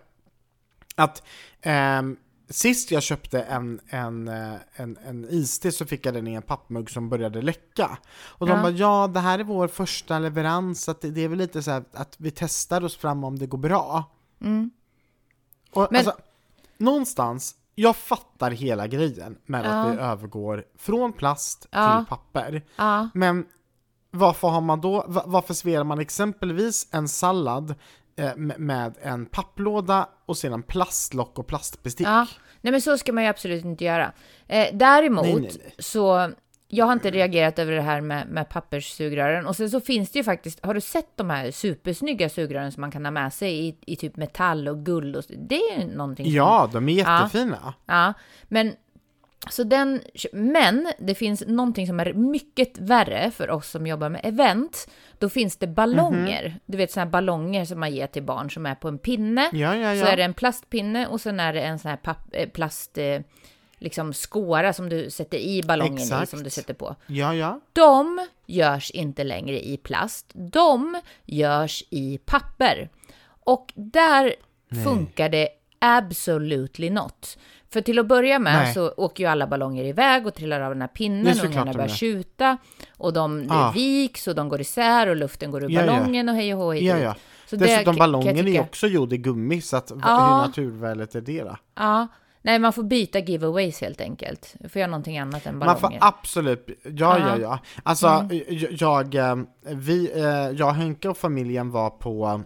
Speaker 1: Att ehm, sist jag köpte en, en, eh, en, en iste så fick jag den i en pappmugg som började läcka. Och de
Speaker 2: Ja.
Speaker 1: bara ja, det här är vår första leverans, så att det, det är väl lite så här att vi testar oss fram om det går bra.
Speaker 2: Mm.
Speaker 1: Och
Speaker 2: Men-
Speaker 1: alltså, någonstans, jag fattar hela grejen med
Speaker 2: Ja.
Speaker 1: att vi övergår från plast
Speaker 2: Ja.
Speaker 1: till papper.
Speaker 2: Ja.
Speaker 1: Men varför har man då, va- varför serverar man exempelvis en sallad eh, m- med en papplåda och sedan plastlock och plastbestick?
Speaker 2: ja. Nej men så ska man ju absolut inte göra. Eh, däremot
Speaker 1: Nej, nej, nej.
Speaker 2: så, jag har inte reagerat över det här med, med papperssugrören. Och sen så finns det ju faktiskt, har du sett de här supersnygga sugrören som man kan ha med sig i, i typ metall och guld och så? Det är ju någonting som-
Speaker 1: Ja, de är
Speaker 2: Ja.
Speaker 1: jättefina.
Speaker 2: Ja, men så den, men det finns någonting som är mycket värre för oss som jobbar med event. Då finns det ballonger. Du vet såna här ballonger som man ger till barn som är på en pinne.
Speaker 1: Mhm. Ja, ja, ja.
Speaker 2: Så är det en plastpinne och sen är det en sån här papp, eh, plast, eh, liksom skåra som du sätter i ballongen i,
Speaker 1: Exakt.
Speaker 2: som du sätter på.
Speaker 1: Ja, ja.
Speaker 2: De görs inte längre i plast. De görs i papper. Och där funkar det absolutely not. För till att börja med
Speaker 1: Nej.
Speaker 2: så åker ju alla ballonger iväg och trillar av den här
Speaker 1: Det är
Speaker 2: pinnen.
Speaker 1: såklart
Speaker 2: Ungarna
Speaker 1: de
Speaker 2: börjar
Speaker 1: gör.
Speaker 2: tjuta och de det
Speaker 1: Ah.
Speaker 2: viks och de går isär och luften går ur
Speaker 1: Ja, ja.
Speaker 2: ballongen och hej och hå. hit och
Speaker 1: ja,
Speaker 2: dit.
Speaker 1: ja.
Speaker 2: Så det
Speaker 1: Dessutom
Speaker 2: kan- kan jag
Speaker 1: ballongen är ju
Speaker 2: tycka-
Speaker 1: också gjord i gummi, så att, v-
Speaker 2: Ja.
Speaker 1: hur naturvänligt är det då?
Speaker 2: Ja. Nej, man får byta giveaways helt enkelt. Får göra någonting annat än
Speaker 1: Man får
Speaker 2: ballonger.
Speaker 1: absolut, ja
Speaker 2: Ja. Mm.
Speaker 1: ja ja. Alltså j- jag, eh, vi, eh, jag, Henke och familjen var på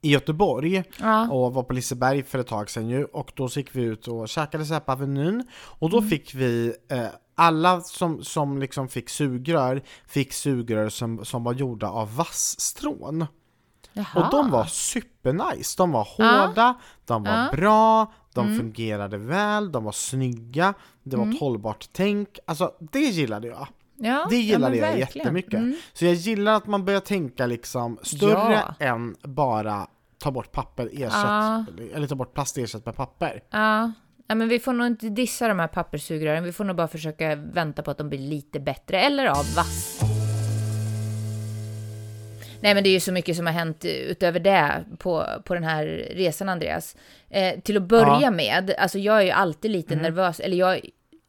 Speaker 1: i Göteborg
Speaker 2: Ja.
Speaker 1: och var på Liseberg för ett tag sedan ju och då så gick vi ut och käkade så här på Avenyn och
Speaker 2: Mm.
Speaker 1: då fick vi eh, alla som, som liksom fick sugrör fick sugrör som, som var gjorda av vassstrån.
Speaker 2: Jaha.
Speaker 1: Och de var supernice, de var
Speaker 2: Ja.
Speaker 1: hårda, de var
Speaker 2: Ja.
Speaker 1: bra, de
Speaker 2: Mm.
Speaker 1: fungerade väl, de var snygga, det var ett hållbart tänk. Alltså det gillade jag.
Speaker 2: ja,
Speaker 1: Det
Speaker 2: ja,
Speaker 1: gillade
Speaker 2: men
Speaker 1: jag
Speaker 2: verkligen.
Speaker 1: jättemycket.
Speaker 2: Mm.
Speaker 1: Så jag gillar att man börjar tänka liksom större
Speaker 2: Ja. Ah.
Speaker 1: än bara ta bort papper, ersätt,
Speaker 2: Ja.
Speaker 1: eller ta bort plast ersätt med papper.
Speaker 2: Ja. ja, men vi får nog inte dissa de här papperssugrören. Vi får nog bara försöka vänta på att de blir lite bättre eller av vass. Nej, men det är ju så mycket som har hänt eh, utöver det på, på den här resan, Andreas. Eh, till att börja
Speaker 1: Ja. Mm.
Speaker 2: med, alltså jag är ju alltid lite nervös, eller jag,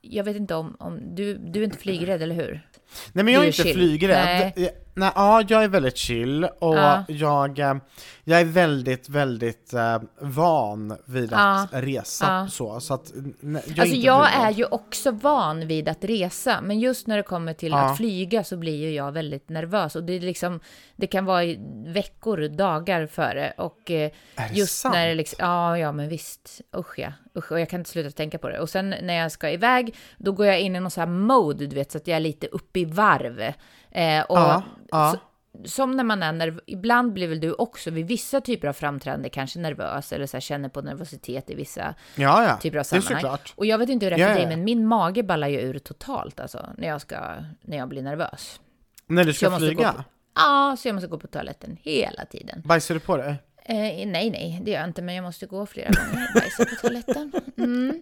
Speaker 2: jag vet inte om, om du, du är inte flygrädd, eller hur?
Speaker 1: Nej men jag
Speaker 2: Du
Speaker 1: är
Speaker 2: är
Speaker 1: inte
Speaker 2: chill.
Speaker 1: flygrädd.
Speaker 2: Nej.
Speaker 1: Nej. Nej, ja, jag är väldigt chill och
Speaker 2: Ja.
Speaker 1: jag, eh, jag är väldigt, väldigt eh, van vid att resa
Speaker 2: Ja.
Speaker 1: så. så att, n- nej, jag är
Speaker 2: Alltså
Speaker 1: inte
Speaker 2: jag
Speaker 1: flygrädd.
Speaker 2: är ju också van vid att resa, men just när det kommer till
Speaker 1: Ja.
Speaker 2: att flyga så blir ju jag väldigt nervös och det är liksom, det kan vara i veckor, dagar före och eh,
Speaker 1: Är det
Speaker 2: just
Speaker 1: sant?
Speaker 2: när det liksom, ja, ja men visst, usch ja, usch, och jag kan inte sluta tänka på det. Och sen när jag ska iväg, då går jag in i någon sån här mode, du vet, så att jag är lite uppe i varv. Eh, och
Speaker 1: Ja, ja.
Speaker 2: så- som när man är nerv- ibland blir väl du också vid vissa typer av framträdande kanske nervös eller så här, känner på nervositet i vissa
Speaker 1: ja, ja.
Speaker 2: typer av
Speaker 1: det är
Speaker 2: sammanhang.
Speaker 1: såklart.
Speaker 2: Och jag vet inte hur det
Speaker 1: Ja,
Speaker 2: är för
Speaker 1: ja,
Speaker 2: dig,
Speaker 1: ja.
Speaker 2: men min mage ballar ju ur totalt alltså när jag, ska, när jag blir nervös.
Speaker 1: När du
Speaker 2: Så jag
Speaker 1: ska
Speaker 2: måste gå på,
Speaker 1: flyga,
Speaker 2: ja, så jag måste gå på toaletten hela tiden.
Speaker 1: bajsar du på dig?
Speaker 2: Eh, nej, nej, det gör jag inte, men jag måste gå flera gånger och bajsa på toaletten. Mm.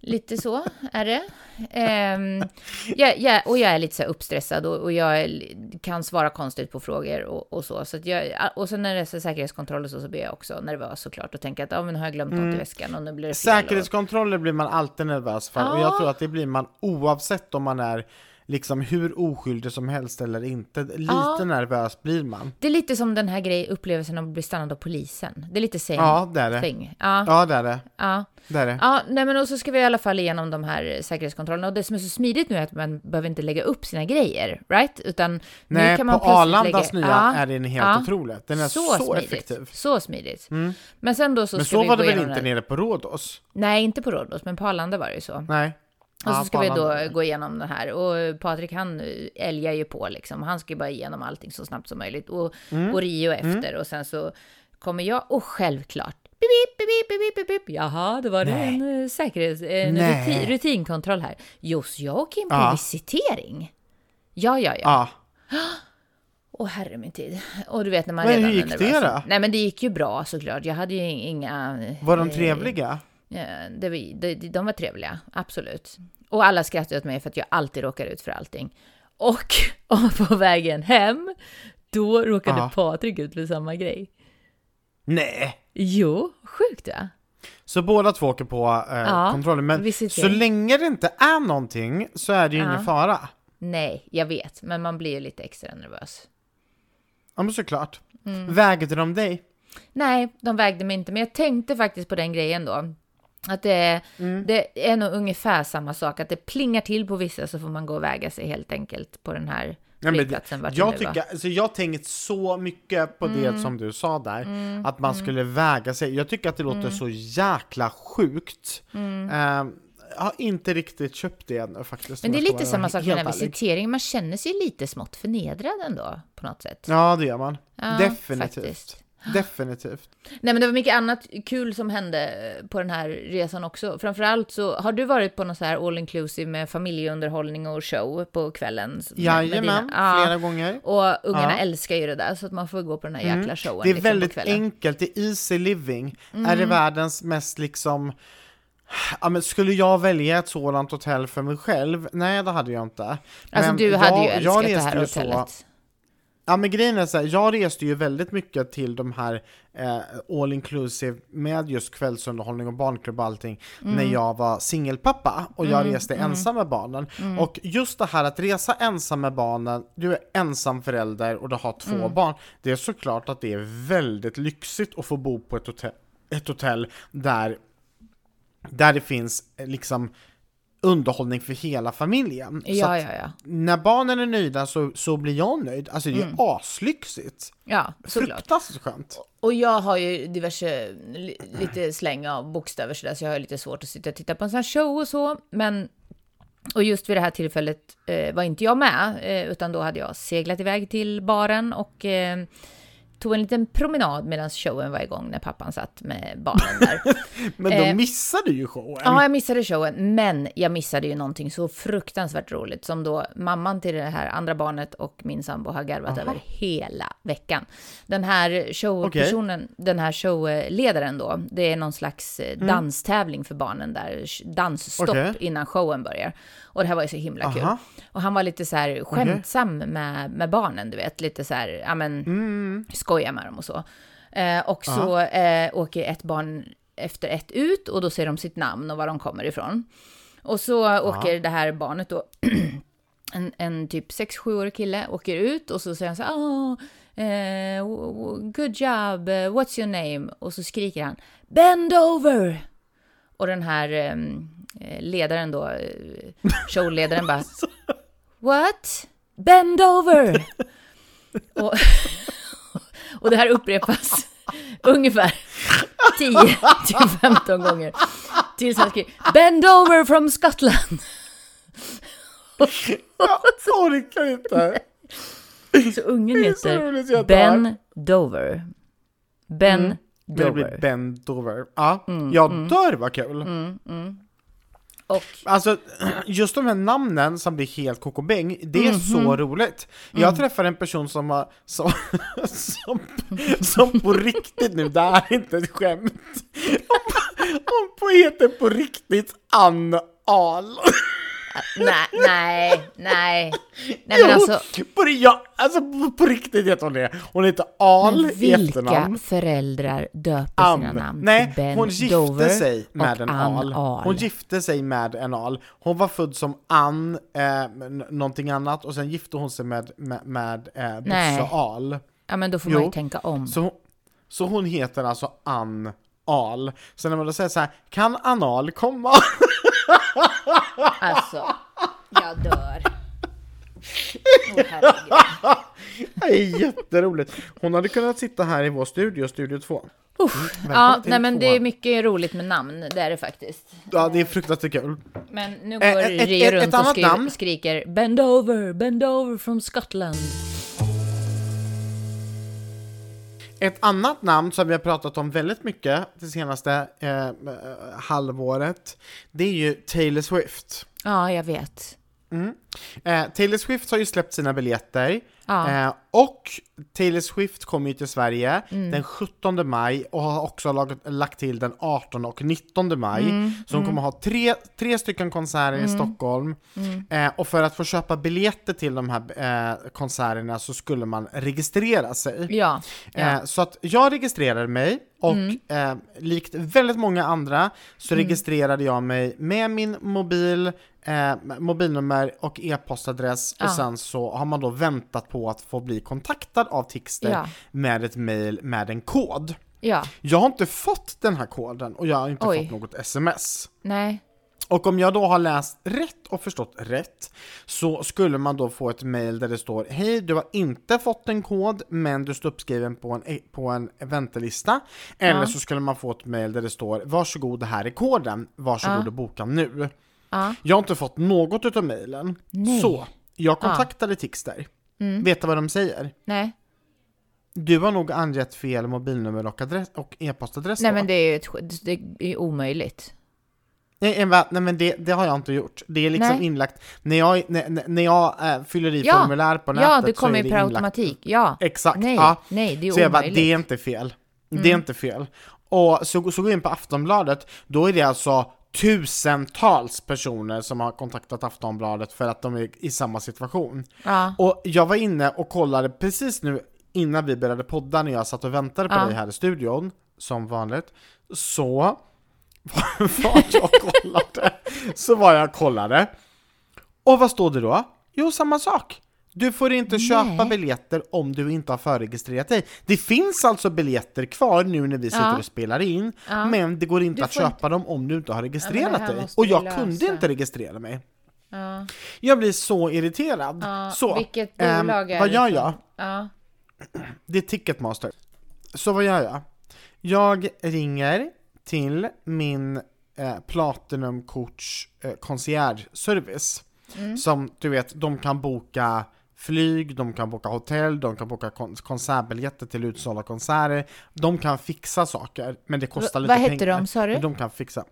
Speaker 2: Lite så är det. Ehm, jag, jag, och jag är lite så här uppstressad och, och jag är, kan svara konstigt på frågor och, och så. så att jag, och sen när det är så här säkerhetskontroll och så, så blir jag också nervös såklart och tänker att ah, men har jag glömt något
Speaker 1: Mm.
Speaker 2: i väskan och nu blir det fel. och-
Speaker 1: Säkerhetskontroller blir man alltid nervös för och jag
Speaker 2: Ja.
Speaker 1: tror att det blir man oavsett om man är liksom hur oskyldig som helst eller inte. Lite
Speaker 2: Ja.
Speaker 1: nervös blir man.
Speaker 2: Det är lite som den här grejen, upplevelsen av att bli stannad av polisen. Det är lite same
Speaker 1: Ja, det är det.
Speaker 2: thing. Ja, ja.
Speaker 1: Ja, det är det.
Speaker 2: ja.
Speaker 1: det, är det.
Speaker 2: nej men och så ska vi i alla fall igenom de här säkerhetskontrollerna. Och det som är så smidigt nu är att man behöver inte lägga upp sina grejer, right? Utan nu
Speaker 1: Nej,
Speaker 2: kan man
Speaker 1: på
Speaker 2: plötsligt
Speaker 1: Arlandas
Speaker 2: lägga...
Speaker 1: nya
Speaker 2: Ja,
Speaker 1: är den helt
Speaker 2: Ja.
Speaker 1: otrolig. Den är så,
Speaker 2: smidigt.
Speaker 1: effektiv. Mm.
Speaker 2: Så smidigt. Men sen då så
Speaker 1: Men
Speaker 2: ska
Speaker 1: så
Speaker 2: vi
Speaker 1: var
Speaker 2: gå
Speaker 1: det väl
Speaker 2: igenom
Speaker 1: inte
Speaker 2: den-
Speaker 1: nere på Rhodos?
Speaker 2: Nej, inte på Rhodos, men på Arlanda var det ju så.
Speaker 1: Nej.
Speaker 2: Och så
Speaker 1: Ja,
Speaker 2: ska
Speaker 1: på
Speaker 2: vi
Speaker 1: Arlanda.
Speaker 2: då gå igenom den här och Patrik han eh, älgar ju på liksom. Han ska ju bara igenom
Speaker 1: Mm.
Speaker 2: allting så snabbt som möjligt och, och Rio efter och sen så kommer jag och självklart Bip, bip, bip, bip, bip, bip, bip. Jaha, det var det
Speaker 1: Nej.
Speaker 2: en eh, säkerhets... En
Speaker 1: Nej.
Speaker 2: rutin, rutinkontroll här. Just jag och Kim på
Speaker 1: Ja.
Speaker 2: visitering. Ja, ja, ja.
Speaker 1: Ja.
Speaker 2: Åh herre min tid. Och du vet när man
Speaker 1: Men
Speaker 2: redan
Speaker 1: hur
Speaker 2: är
Speaker 1: gick
Speaker 2: nervös.
Speaker 1: det då?
Speaker 2: Nej men det gick ju bra såklart. Jag hade ju inga...
Speaker 1: Var de
Speaker 2: eh,
Speaker 1: trevliga?
Speaker 2: eh, Det, var- de, de var trevliga, absolut. Och alla skrattade åt mig för att jag alltid råkar ut för allting. Och, (laughs) och på vägen hem, då råkade
Speaker 1: Ja.
Speaker 2: Patrik ut för samma grej.
Speaker 1: Nej.
Speaker 2: Jo, sjukt va?
Speaker 1: Så båda två åker på eh,
Speaker 2: Ja,
Speaker 1: kontrollen, men
Speaker 2: visitering.
Speaker 1: så länge det inte är någonting så är det ju ingen fara.
Speaker 2: Nej, jag vet, men man blir ju lite extra nervös.
Speaker 1: Ja men såklart.
Speaker 2: Mm.
Speaker 1: Vägde de dig?
Speaker 2: Nej, de vägde mig inte, men jag tänkte faktiskt på den grejen då. Att det,
Speaker 1: Mm.
Speaker 2: det är nog ungefär samma sak, att det plingar till på vissa så får man gå och väga sig helt enkelt på den här
Speaker 1: Ja, men det,
Speaker 2: flygplatsen. vart det
Speaker 1: jag,
Speaker 2: nu Mm. var.
Speaker 1: tycker, alltså jag har tänkt så mycket på det som du sa där,
Speaker 2: Mm.
Speaker 1: att man skulle väga sig. Jag tycker att det låter så jäkla sjukt.
Speaker 2: Mm.
Speaker 1: Eh, jag har inte riktigt köpt det ännu faktiskt.
Speaker 2: Men
Speaker 1: om
Speaker 2: det är
Speaker 1: jag ska
Speaker 2: lite
Speaker 1: vara
Speaker 2: samma sak med den
Speaker 1: helt
Speaker 2: här
Speaker 1: ärlig.
Speaker 2: visiteringen, man känner sig lite smått förnedrad ändå på något sätt.
Speaker 1: Ja, det gör man.
Speaker 2: Ja,
Speaker 1: Definitivt.
Speaker 2: faktiskt.
Speaker 1: Definitivt.
Speaker 2: Nej men det var mycket annat kul som hände eh, på den här resan också. Framförallt så har du varit på någon så här all inclusive med familjeunderhållning och show på kvällen. med- med
Speaker 1: Jajamän,
Speaker 2: dina- Ja.
Speaker 1: flera gånger.
Speaker 2: Och ungarna
Speaker 1: Ja. Mm.
Speaker 2: älskar ju det där så att man får gå på den här jäkla showen.
Speaker 1: Det är
Speaker 2: liksom, på
Speaker 1: väldigt
Speaker 2: kvällen. Mm.
Speaker 1: enkelt, det är easy living. Är det världens mest liksom Ja, men skulle jag välja ett sådant hotell för mig själv? Nej, det hade jag inte.
Speaker 2: Alltså
Speaker 1: Men
Speaker 2: du hade
Speaker 1: jag-
Speaker 2: ju
Speaker 1: jag
Speaker 2: älskat det
Speaker 1: reste
Speaker 2: här
Speaker 1: ju så-
Speaker 2: hotellet.
Speaker 1: Ja men grejen är så här, jag reste ju väldigt mycket till de här eh, all inclusive med just kvällsunderhållning och barnklubb och allting
Speaker 2: Mm.
Speaker 1: när jag var singelpappa och jag reste ensam med barnen.
Speaker 2: Mm.
Speaker 1: Och just det här att resa ensam med barnen, du är ensam förälder och du har två
Speaker 2: Mm.
Speaker 1: barn, det är såklart att det är väldigt lyxigt att få bo på ett hotell, ett hotell där, där det finns eh, liksom underhållning för hela familjen. Så
Speaker 2: Ja,
Speaker 1: att-
Speaker 2: ja, ja.
Speaker 1: när barnen är nöjda så, så blir jag nöjd. Alltså det är aslyxigt.
Speaker 2: Ja, Mm. såklart.
Speaker 1: Fruktansvärt skönt.
Speaker 2: Och jag har ju diverse, li, lite släng av bokstäver sådär, så jag har lite svårt att sitta och titta på en sån här show och så. Men, och just vid det här tillfället eh, var inte jag med, eh, utan då hade jag seglat iväg till baren och eh, tog en liten promenad medan showen var igång när pappan satt med barnen där.
Speaker 1: Men då missar du ju showen.
Speaker 2: Eh. Ja, jag missade showen, men jag missade ju någonting så fruktansvärt roligt som då mamman till det här andra barnet och min sambo har garvat över hela veckan. Den här showpersonen, den här showledaren då, det är någon slags eh, danstävling för barnen där, sh- dansstopp
Speaker 1: Mm. Okej.
Speaker 2: innan showen börjar. Och det här var ju så himla kul.
Speaker 1: Aha.
Speaker 2: Och han var lite så här skämtsam med, med barnen, du vet, lite så här, ja men skoja med dem och så. Eh, och så eh, åker ett barn efter ett ut och då ser de sitt namn och var de kommer ifrån. Och så åker det här barnet då, (clears throat) en, en typ 6-7 årig kille, åker ut och så säger han så här, oh, eh, w- w- good job, eh, what's your name? Och så skriker han, bend over! Och den här ehm, eh, ledaren då, eh, showledaren bara, what? Bend over! (laughs) och, (laughs) och det här upprepas (laughs) ungefär 10 till 15 gånger. Tills han skriver Bend over from Scotland. (laughs)
Speaker 1: (laughs) Jag orkar inte.
Speaker 2: Så ungen
Speaker 1: Det är så
Speaker 2: heter
Speaker 1: roligt jag dör.
Speaker 2: Ben Dover. Ben
Speaker 1: Men Det blir
Speaker 2: Dover. Mm,
Speaker 1: Ben Dover. Ja, jag dör vad kul.
Speaker 2: Och
Speaker 1: Alltså, just de här namnen som blir helt kokobäng, det är så
Speaker 2: Mhm.
Speaker 1: roligt.
Speaker 2: Mm.
Speaker 1: Jag träffade en person som har, som, som, som på riktigt nu, det här är inte ett skämt, hon, hon på- heter på riktigt Ann Ahl.
Speaker 2: nej, nej, nej. Nej men
Speaker 1: Jo,
Speaker 2: alltså.
Speaker 1: på, ri- ja, alltså på, på riktigt heter hon det. Hon heter Al i
Speaker 2: Vilka
Speaker 1: efternamn.
Speaker 2: föräldrar döper sina
Speaker 1: Ann.
Speaker 2: namn
Speaker 1: Nej,
Speaker 2: till Ben
Speaker 1: hon gifte
Speaker 2: Dover
Speaker 1: sig med
Speaker 2: och
Speaker 1: en
Speaker 2: Ann
Speaker 1: al. Hon gifte sig med en al. Hon var född som Ann, eh, n- någonting annat, och sen gifte hon sig med, med, med eh,
Speaker 2: Nej.
Speaker 1: Bosse Al.
Speaker 2: ja men då får man ju
Speaker 1: Jo.
Speaker 2: tänka om.
Speaker 1: Så, så hon heter alltså Ann Al. Så när man då säger så här, kan Ann Al komma? (laughs)
Speaker 2: Alltså, jag dör. Åh herregud.
Speaker 1: det är jätteroligt. Hon hade kunnat sitta här i vår studio, Studio 2.
Speaker 2: Uff. Ja,
Speaker 1: välkommen till
Speaker 2: nej men det är
Speaker 1: tvåan.
Speaker 2: mycket roligt med namn, det är det faktiskt.
Speaker 1: Ja, det är fruktansvärt kul.
Speaker 2: Men nu
Speaker 1: Eh,
Speaker 2: går
Speaker 1: ett- ett-
Speaker 2: Rio
Speaker 1: ett
Speaker 2: runt och
Speaker 1: annat
Speaker 2: skri-
Speaker 1: namn.
Speaker 2: skriker Bend over, bend over from Scotland.
Speaker 1: Ett annat namn som vi har pratat om väldigt mycket det senaste eh, halvåret, det är ju Taylor Swift.
Speaker 2: Ja, jag vet.
Speaker 1: Mm. Eh, Taylor Swift har ju släppt sina biljetter
Speaker 2: Ja.
Speaker 1: eh, och Taylor Swift kommer ju till Sverige den 17 maj och har också lagt, lagt till den 18 och 19 maj. så hon kommer ha tre, tre stycken konserter i Stockholm eh, och för att få köpa biljetter till de här eh, konserterna så skulle man registrera sig.
Speaker 2: Ja. ja. Mm.
Speaker 1: Eh, så att jag registrerade mig och eh, likt väldigt många andra så registrerade jag mig med min mobil, eh, mobilnummer och e-postadress
Speaker 2: Ja.
Speaker 1: och sen så har man då väntat på att få bli kontaktad av Tixter
Speaker 2: Ja.
Speaker 1: med ett mail med en kod.
Speaker 2: ja.
Speaker 1: Jag har inte fått den här koden och jag har inte
Speaker 2: Oj.
Speaker 1: fått något sms.
Speaker 2: Nej.
Speaker 1: Och om jag då har läst rätt och förstått rätt så skulle man då få ett mail där det står Hej, du har inte fått en kod men du står uppskriven på en, på en väntelista. Eller
Speaker 2: Ja.
Speaker 1: så skulle man få ett mail där det står Varsågod, det här är koden. Varsågod och boka nu.
Speaker 2: Ja.
Speaker 1: Jag har inte fått något utav mailen.
Speaker 2: Nej. Mm.
Speaker 1: Så, jag kontaktade Tixter. Vet du vad de säger?
Speaker 2: Nej.
Speaker 1: Du har nog angett fel mobilnummer och, adress- och e-postadress.
Speaker 2: Nej
Speaker 1: då."
Speaker 2: men det är ju ett, sk- det är ju omöjligt.
Speaker 1: Nej, Eva, nej men det, det har jag inte gjort. Det är liksom
Speaker 2: Nej.
Speaker 1: inlagt, när jag, när, när- när jag äh, fyller i
Speaker 2: Ja.
Speaker 1: formulär på nätet
Speaker 2: Ja, det
Speaker 1: så
Speaker 2: kommer
Speaker 1: är
Speaker 2: ju
Speaker 1: det
Speaker 2: per
Speaker 1: inlagt.
Speaker 2: automatik. Ja.
Speaker 1: Exakt,
Speaker 2: Nej,
Speaker 1: ja.
Speaker 2: nej, det är
Speaker 1: Så
Speaker 2: ju
Speaker 1: jag bara, det
Speaker 2: omöjligt. Mm.
Speaker 1: är inte fel. Det är inte fel. Och så, så går jag in på Aftonbladet, då är det alltså tusentals personer som har kontaktat Aftonbladet för att de är i samma situation.
Speaker 2: Ja.
Speaker 1: Och jag var inne och kollade precis nu innan vi började podda när jag satt och väntade på
Speaker 2: Ja.
Speaker 1: dig här i studion, som vanligt, så var (laughs) jag och kollade. Så var jag och kollade. Och vad står det då? Jo, samma sak. Du får inte köpa biljetter om du inte har förregistrerat dig. Det finns alltså biljetter kvar nu när vi sitter
Speaker 2: Ja.
Speaker 1: och spelar in, men det går inte
Speaker 2: Du
Speaker 1: att
Speaker 2: får
Speaker 1: köpa dem om du inte har registrerat
Speaker 2: här
Speaker 1: dig.
Speaker 2: måste
Speaker 1: Och
Speaker 2: vi
Speaker 1: jag
Speaker 2: lösa.
Speaker 1: kunde inte registrera mig.
Speaker 2: Ja.
Speaker 1: Jag blir så irriterad.
Speaker 2: Ja,
Speaker 1: så,
Speaker 2: vilket
Speaker 1: ehm,
Speaker 2: bolag är liksom?
Speaker 1: vad
Speaker 2: det
Speaker 1: gör
Speaker 2: från?
Speaker 1: jag?
Speaker 2: Ja.
Speaker 1: Det är Ticketmaster. Så vad gör jag? Jag ringer till min eh, Platinum Coach eh, concierge-service.
Speaker 2: Mm.
Speaker 1: Som du vet, de kan boka flyg, de kan boka hotell, de kan boka kon- konsertbiljetter till utsålda konserter. De kan fixa saker, men det kostar
Speaker 2: Va-
Speaker 1: lite
Speaker 2: vad
Speaker 1: pengar.
Speaker 2: hette de, sa du?
Speaker 1: Men de kan fixa.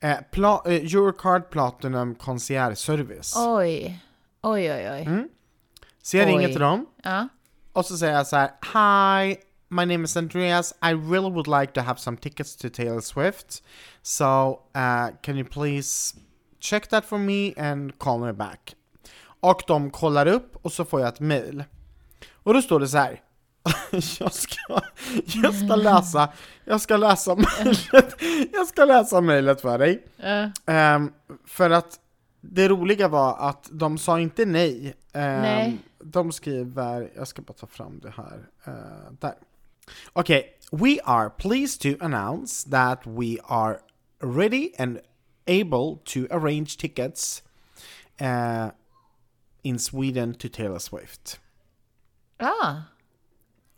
Speaker 1: Eh, pla- eh, Eurocard Platinum Concierge Service.
Speaker 2: Oj. Oj, oj, oj.
Speaker 1: Mm. Så jag ringer
Speaker 2: oj.
Speaker 1: till dem.
Speaker 2: Ja.
Speaker 1: Och så säger jag så här, Hi, my name is Andreas. I really would like to have some tickets to Taylor Swift. So uh, can you please check that for me and call me back. Och de kollar upp och så får jag ett mail. Och då står det så här. (laughs) Jag ska, jag ska läsa, jag ska läsa mejlet, jag ska läsa mejlet för dig.
Speaker 2: Ja.
Speaker 1: Ehm, för att det roliga var att de sa inte nej. Ehm,
Speaker 2: Nej.
Speaker 1: De skriver, jag ska bara ta fram det här. eh, där. Okej, we are pleased to announce that we are ready and able to arrange tickets eh, in Sweden to Taylor Swift.
Speaker 2: Ah.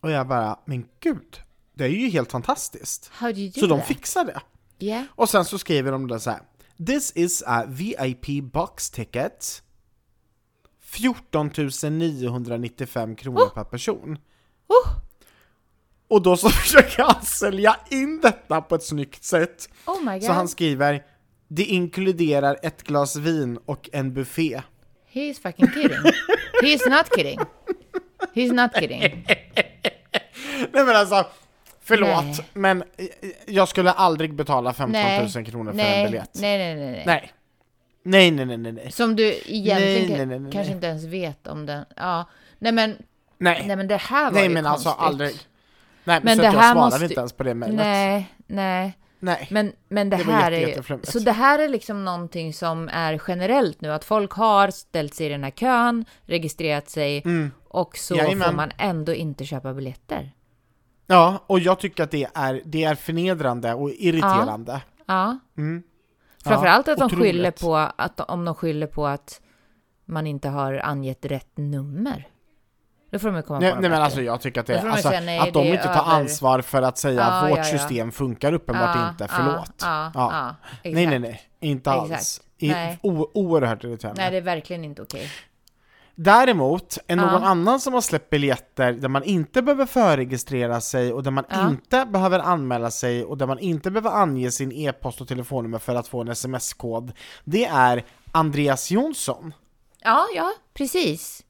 Speaker 1: Och jag bara, men gud, det är ju helt fantastiskt.
Speaker 2: How do you do
Speaker 1: Så de
Speaker 2: that?
Speaker 1: fixar det.
Speaker 2: Yeah.
Speaker 1: Och sen så skriver de det så här. This is a VIP box ticket. 14 995 kronor per person.
Speaker 2: Oh.
Speaker 1: Och då så (laughs) försöker han sälja in detta på ett snyggt sätt.
Speaker 2: Oh my god.
Speaker 1: Så han skriver Det inkluderar ett glas vin och en buffé. (laughs)
Speaker 2: He's fucking kidding. He's not kidding. He's not kidding.
Speaker 1: Nej men alltså, förlåt,
Speaker 2: Nej.
Speaker 1: men eh, jag skulle aldrig betala 15
Speaker 2: Nej.
Speaker 1: 000 kronor för
Speaker 2: nej.
Speaker 1: en biljett.
Speaker 2: Nej, nej, nej, nej.
Speaker 1: Nej. Nej, nej, nej, nej, nej.
Speaker 2: Som du egentligen
Speaker 1: Nej, nej, nej, nej,
Speaker 2: kanske
Speaker 1: nej.
Speaker 2: inte ens vet om den. Ja. Nej men,
Speaker 1: Nej.
Speaker 2: nej men det här var
Speaker 1: Nej
Speaker 2: ju
Speaker 1: men
Speaker 2: konstigt.
Speaker 1: alltså aldrig. Nej men,
Speaker 2: Men
Speaker 1: så
Speaker 2: det
Speaker 1: att jag
Speaker 2: här
Speaker 1: svarade
Speaker 2: måste-
Speaker 1: inte ens på det mejlet. Nej.
Speaker 2: Nej, nej.
Speaker 1: Nej.
Speaker 2: Men, men det,
Speaker 1: Det var
Speaker 2: här
Speaker 1: jätte-
Speaker 2: är ju,
Speaker 1: jätteflummigt.
Speaker 2: Så det här är liksom någonting som är generellt nu, att folk har ställt sig i den här kön, registrerat sig och så
Speaker 1: Mm. Jajamän.
Speaker 2: får man ändå inte köpa biljetter.
Speaker 1: Ja, och jag tycker att det är, det är förnedrande och irriterande.
Speaker 2: Ja. Framförallt att de
Speaker 1: Mm. otroligt.
Speaker 2: skyller på att om de skyller på att man inte har angett rätt nummer. Då får de ju komma
Speaker 1: Nej,
Speaker 2: på
Speaker 1: nej men
Speaker 2: något
Speaker 1: alltså jag tycker att det
Speaker 2: Då får
Speaker 1: är,
Speaker 2: de
Speaker 1: alltså,
Speaker 2: säga nej,
Speaker 1: att de
Speaker 2: det är
Speaker 1: inte tar
Speaker 2: över.
Speaker 1: ansvar för att säga
Speaker 2: Ja,
Speaker 1: att vårt
Speaker 2: ja, ja.
Speaker 1: system funkar uppenbart inte, förlåt.
Speaker 2: Ja, ja, ja. exakt.
Speaker 1: nej nej nej, inte alls.
Speaker 2: Exakt.
Speaker 1: I,
Speaker 2: Nej.
Speaker 1: O, oerhört irriterande.
Speaker 2: Nej, det är verkligen inte okej.
Speaker 1: Däremot är någon
Speaker 2: Ja.
Speaker 1: annan som har släppt biljetter där man inte behöver förregistrera sig och där man
Speaker 2: Ja.
Speaker 1: inte behöver anmäla sig och där man inte behöver ange sin e-post och telefonnummer för att få en sms-kod. Det är Andreas Jonsson.
Speaker 2: Ja, ja, precis.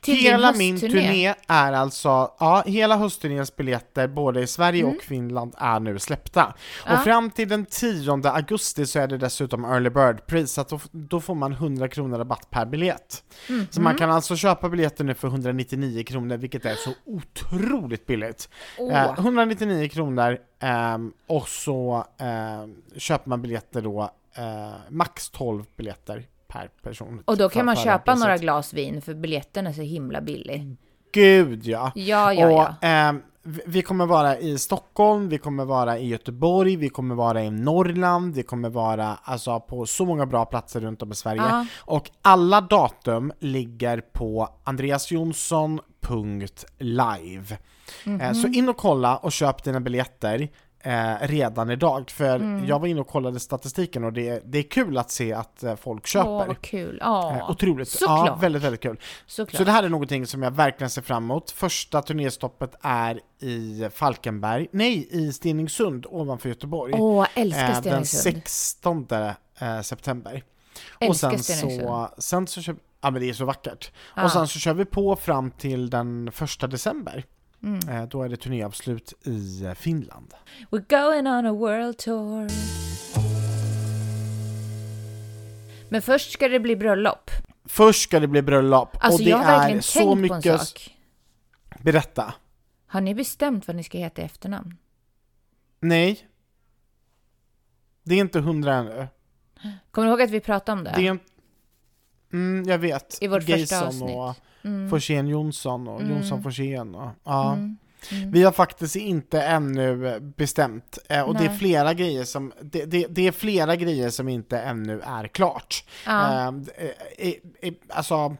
Speaker 2: Till din
Speaker 1: Mm. hela min
Speaker 2: höstturné.
Speaker 1: turné är alltså, ja, hela höstturnéns biljetter både i Sverige och Finland är nu släppta.
Speaker 2: Mm. Ja.
Speaker 1: Och fram till den 10 augusti så är det dessutom early bird-pris, så att då, f- då får man 100 kronor rabatt per biljett.
Speaker 2: Mm.
Speaker 1: Så man kan alltså köpa biljetter nu för 199 kronor, vilket är så otroligt billigt.
Speaker 2: Åh.
Speaker 1: Eh, 199 kronor ehm, och så ehm, köper man biljetter då, eh, max 12 biljetter per person. typ,
Speaker 2: Och då
Speaker 1: för-
Speaker 2: kan man
Speaker 1: för det här
Speaker 2: köpa
Speaker 1: priset.
Speaker 2: några glas vin för biljetten är så himla
Speaker 1: Mm.
Speaker 2: billig.
Speaker 1: Gud ja!
Speaker 2: Ja, ja,
Speaker 1: och,
Speaker 2: ja.
Speaker 1: ehm, vi- vi kommer vara i Stockholm, vi kommer vara i Göteborg, vi kommer vara i Norrland, vi kommer vara alltså, på så många bra platser runt om i Sverige.
Speaker 2: Ja.
Speaker 1: Och alla datum ligger på andreasjonsson.live.
Speaker 2: Mhm.
Speaker 1: Eh, Så in och kolla och köp dina biljetter eh, redan idag. För
Speaker 2: Mm.
Speaker 1: jag var inne och kollade statistiken och det, det är kul att se att eh, folk köper.
Speaker 2: Åh, vad kul.
Speaker 1: Eh,
Speaker 2: Ja,
Speaker 1: Otroligt, ja,
Speaker 2: såklart.
Speaker 1: väldigt, väldigt kul.
Speaker 2: såklart.
Speaker 1: Så det här är någonting som jag verkligen ser fram emot. Första turnéstoppet är i Falkenberg, nej i Stenungsund ovanför Göteborg.
Speaker 2: Åh, jag älskar
Speaker 1: Eh, den
Speaker 2: Stenungsund.
Speaker 1: 16 eh, september. och
Speaker 2: Älskar
Speaker 1: sen så,
Speaker 2: Stenungsund. Ah.
Speaker 1: sen så kör, ja men det är så vackert.
Speaker 2: Ja.
Speaker 1: Och sen så kör vi på fram till den första december.
Speaker 2: Mm.
Speaker 1: Eh, då är det turnéavslut i eh, Finland.
Speaker 2: We're going on a world tour. Men först ska det bli bröllop.
Speaker 1: Först ska det bli bröllop
Speaker 2: Alltså
Speaker 1: och det
Speaker 2: jag har
Speaker 1: är
Speaker 2: verkligen
Speaker 1: så
Speaker 2: tänkt på en
Speaker 1: mycket...
Speaker 2: sak.
Speaker 1: Berätta.
Speaker 2: Har ni bestämt vad ni ska heta i efternamn?
Speaker 1: Nej. Det är inte hundra ännu.
Speaker 2: Kommer du ihåg att vi pratade om det?
Speaker 1: Det är en... mm, jag vet.
Speaker 2: I vårt första
Speaker 1: Gayson
Speaker 2: avsnitt.
Speaker 1: och
Speaker 2: Mm.
Speaker 1: Forsén Jonsson och Jonsson Forsén och... Ja.
Speaker 2: Mm. Mm.
Speaker 1: Vi har faktiskt inte ännu bestämt. Eh, och det är
Speaker 2: Nej.
Speaker 1: flera grejer som... Det, det, det är flera grejer som inte ännu är klart.
Speaker 2: Ja.
Speaker 1: Eh, eh, eh, alltså...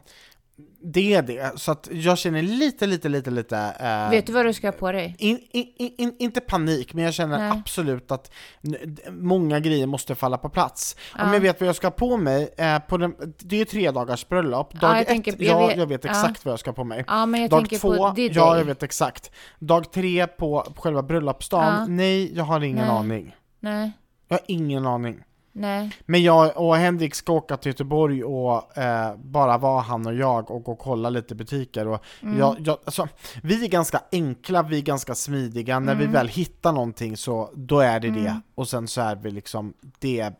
Speaker 1: Det är det, så att jag känner lite, lite, lite, lite... eh,
Speaker 2: Vet du vad du ska ha på dig?
Speaker 1: in, in, in- in, inte panik, men jag känner
Speaker 2: Nej.
Speaker 1: absolut att n- d- många grejer måste falla på plats. Om
Speaker 2: Ja.
Speaker 1: jag vet vad jag ska ha på mig, eh, på den, det är ju tre dagars bröllop. Dag
Speaker 2: jag
Speaker 1: ett,
Speaker 2: tänker- jag
Speaker 1: ja,
Speaker 2: vet-
Speaker 1: jag vet
Speaker 2: ja.
Speaker 1: exakt vad jag ska ha på mig.
Speaker 2: Ja, men jag
Speaker 1: Dag
Speaker 2: tänker
Speaker 1: två,
Speaker 2: på det
Speaker 1: ja
Speaker 2: dig.
Speaker 1: jag vet exakt. Dag tre på själva bröllopsdagen,
Speaker 2: Ja.
Speaker 1: nej jag har ingen
Speaker 2: Nej.
Speaker 1: aning.
Speaker 2: Nej,
Speaker 1: Jag har ingen aning.
Speaker 2: nej.
Speaker 1: Men jag och Henrik ska åka till Göteborg och eh, bara vara han och jag och gå och kolla lite butiker. Och jag, jag, alltså, vi är ganska enkla, vi är ganska smidiga. När vi väl hittar någonting så då är det det. Och sen så är vi liksom det,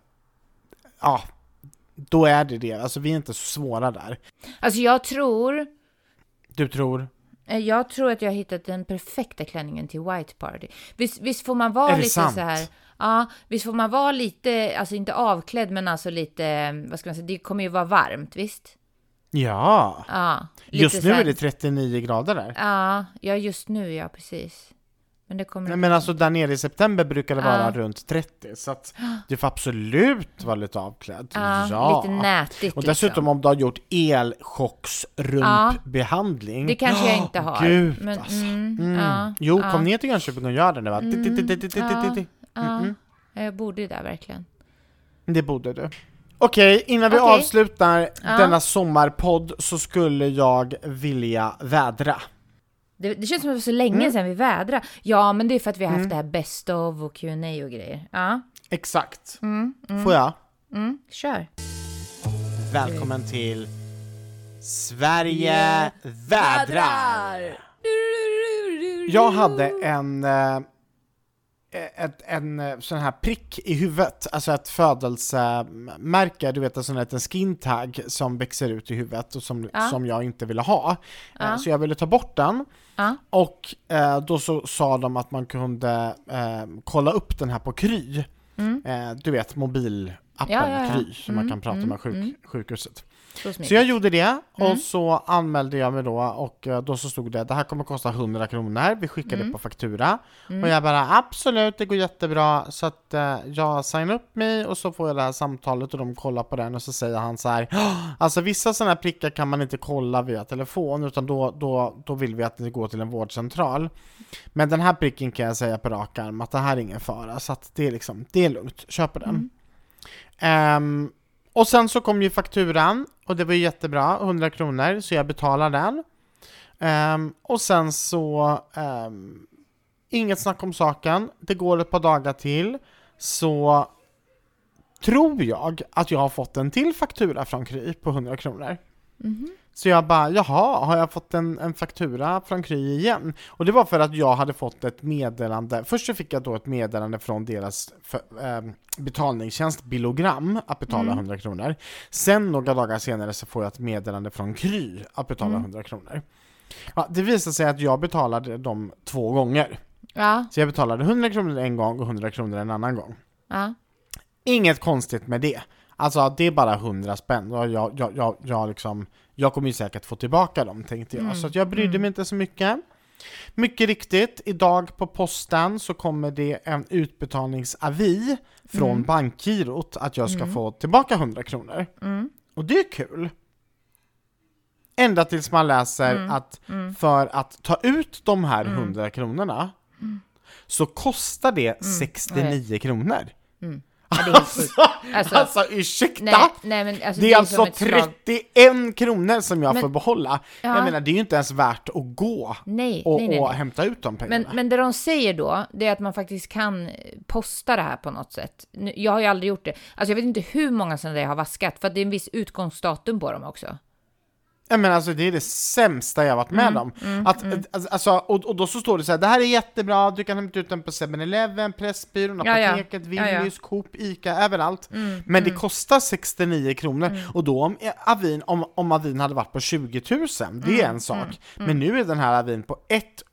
Speaker 1: ja, då är det det. Alltså vi är inte så svåra där.
Speaker 2: Alltså jag tror,
Speaker 1: Du tror?
Speaker 2: eh, jag tror att jag har hittat den perfekta klänningen till White Party. Visst, visst får man vara
Speaker 1: Är det
Speaker 2: lite
Speaker 1: sant?
Speaker 2: så här, ja, visst får man vara lite, alltså inte avklädd, men alltså lite, vad ska man säga, det kommer ju vara varmt, visst?
Speaker 1: Ja!
Speaker 2: Ja. lite
Speaker 1: Just
Speaker 2: så
Speaker 1: nu
Speaker 2: här-
Speaker 1: är det 39 grader där.
Speaker 2: Ja, ja just nu ja, precis. Men det kommer...
Speaker 1: Nej, Men alltså där nere i september brukar det vara
Speaker 2: Ja.
Speaker 1: runt 30 så att du får absolut vara lite avklädd.
Speaker 2: ja, lite nätigt
Speaker 1: Och dessutom
Speaker 2: liksom.
Speaker 1: om du har gjort elchocksrumpbehandling.
Speaker 2: Det kanske jag inte har.
Speaker 1: Gud
Speaker 2: men,
Speaker 1: alltså.
Speaker 2: mm,
Speaker 1: Mm.
Speaker 2: ja,
Speaker 1: jo,
Speaker 2: ja.
Speaker 1: kom ner till Jönköping och gör det nu va? Titt, titt, titt, titt, titt,
Speaker 2: ja.
Speaker 1: titt, titt.
Speaker 2: Ja,
Speaker 1: mm.
Speaker 2: jag borde ju där verkligen.
Speaker 1: Det borde du. Okej, innan vi
Speaker 2: Okej.
Speaker 1: avslutar
Speaker 2: Ja.
Speaker 1: denna sommarpodd så skulle jag vilja vädra.
Speaker 2: Det, det känns som att det var så länge
Speaker 1: Mm.
Speaker 2: sedan vi vädra. Ja, men det är för att vi har haft det här best of och Q&A och grejer. Ja,
Speaker 1: Exakt. Får jag?
Speaker 2: mm, kör.
Speaker 1: Välkommen till Sverige vädrar! Jag hade en, eh, ett, en eh, sån här prick i huvudet, alltså ett födelsemärke, du vet en sån här liten skin tag som växer ut i huvudet och som,
Speaker 2: Ja.
Speaker 1: som jag inte ville ha. Eh,
Speaker 2: Ja.
Speaker 1: Så jag ville ta bort den.
Speaker 2: Ja.
Speaker 1: Och eh, då så sa de att man kunde eh, kolla upp den här på Kry. Eh, du vet mobilappen
Speaker 2: Mm. Ja, ja, ja.
Speaker 1: Kry, som man
Speaker 2: Mm,
Speaker 1: kan prata
Speaker 2: mm,
Speaker 1: med sjuk,
Speaker 2: mm.
Speaker 1: sjukhuset.
Speaker 2: Så smidigt.
Speaker 1: Så jag gjorde det och så anmälde jag mig då och eh, då så stod det det här kommer kosta 100 kronor, vi skickar det på faktura. Och jag bara absolut, det går jättebra. Så att eh, jag signar upp mig och så får jag det här samtalet och de kollar på den och så säger han så här "Åh, Alltså vissa sådana här prickar kan man inte kolla via telefon utan då, då, då vill vi att ni går till en vårdcentral. Men den här pricken kan jag säga på rak arm att det här är ingen fara så att det är liksom, det är lugnt, köper den. Ehm, och sen så kom ju fakturan och det var ju jättebra, 100 kronor, så jag betalar den. Ehm, och sen så, ehm, inget snack om saken, det går ett par dagar till, så tror jag att jag har fått en till faktura från Kry på 100 kronor.
Speaker 2: Mhm.
Speaker 1: Så jag bara, jaha, har jag fått en, en faktura från Kry igen? Och det var för att jag hade fått ett meddelande. Först så fick jag då ett meddelande från deras för, ehm, betalningstjänst Billogram att betala
Speaker 2: Mm.
Speaker 1: 100 kronor. Sen några dagar senare så får jag ett meddelande från Kry att betala
Speaker 2: Mm.
Speaker 1: 100 kronor. Ja, det visade sig att jag betalade dem två gånger.
Speaker 2: Ja,
Speaker 1: Så jag betalade 100 kronor en gång och 100 kronor en annan gång.
Speaker 2: ja.
Speaker 1: Inget konstigt med det. Alltså det är bara 100 spänn och jag, jag, jag, jag, liksom, jag kommer ju säkert få tillbaka dem tänkte jag.
Speaker 2: Mm,
Speaker 1: Så att jag brydde
Speaker 2: mm.
Speaker 1: mig inte så mycket. Mycket riktigt, idag på posten så kommer det en utbetalningsavi från
Speaker 2: Mm.
Speaker 1: bankgirot att jag ska
Speaker 2: Mm.
Speaker 1: få tillbaka 100 kronor.
Speaker 2: Mm,
Speaker 1: Och det är kul. Ända tills man läser
Speaker 2: Mm.
Speaker 1: att
Speaker 2: mm.
Speaker 1: för att ta ut de här
Speaker 2: Mm.
Speaker 1: 100 kronorna så kostar det 69 kronor.
Speaker 2: Mm. Ja, det är helt sjukt.
Speaker 1: Alltså,
Speaker 2: Alltså,
Speaker 1: alltså, ursäkta!
Speaker 2: Nej, nej, men alltså,
Speaker 1: det, är
Speaker 2: som
Speaker 1: alltså
Speaker 2: ett slag.
Speaker 1: 31 kronor som jag
Speaker 2: Men-
Speaker 1: får behålla.
Speaker 2: Ja.
Speaker 1: Jag menar, det är ju inte ens värt att gå
Speaker 2: Nej,
Speaker 1: och,
Speaker 2: nej, nej.
Speaker 1: och
Speaker 2: nej.
Speaker 1: hämta ut de pengarna.
Speaker 2: Men, men det de säger då, det är att man faktiskt kan eh, posta det här på något sätt. Nu- Jag har ju aldrig gjort det. Alltså jag vet inte hur många sådana där jag har vaskat, för att det är en viss utgångsdatum på dem också.
Speaker 1: Ja, men alltså det är det sämsta jag varit med
Speaker 2: Mm,
Speaker 1: om. att, alltså- Alltså, och, och då så står det så här, det här är jättebra, du kan hämta ut den på 7-Eleven, Pressbyrån,
Speaker 2: Ja, ja.
Speaker 1: Apoteket,
Speaker 2: Ja, ja. Mm,
Speaker 1: Willys, Coop, Ica, överallt. men det kostar 69 kronor. Och då om eh, avin, om, om avin hade varit på 20 000, det
Speaker 2: Mm,
Speaker 1: är en sak. Men nu är den här avin på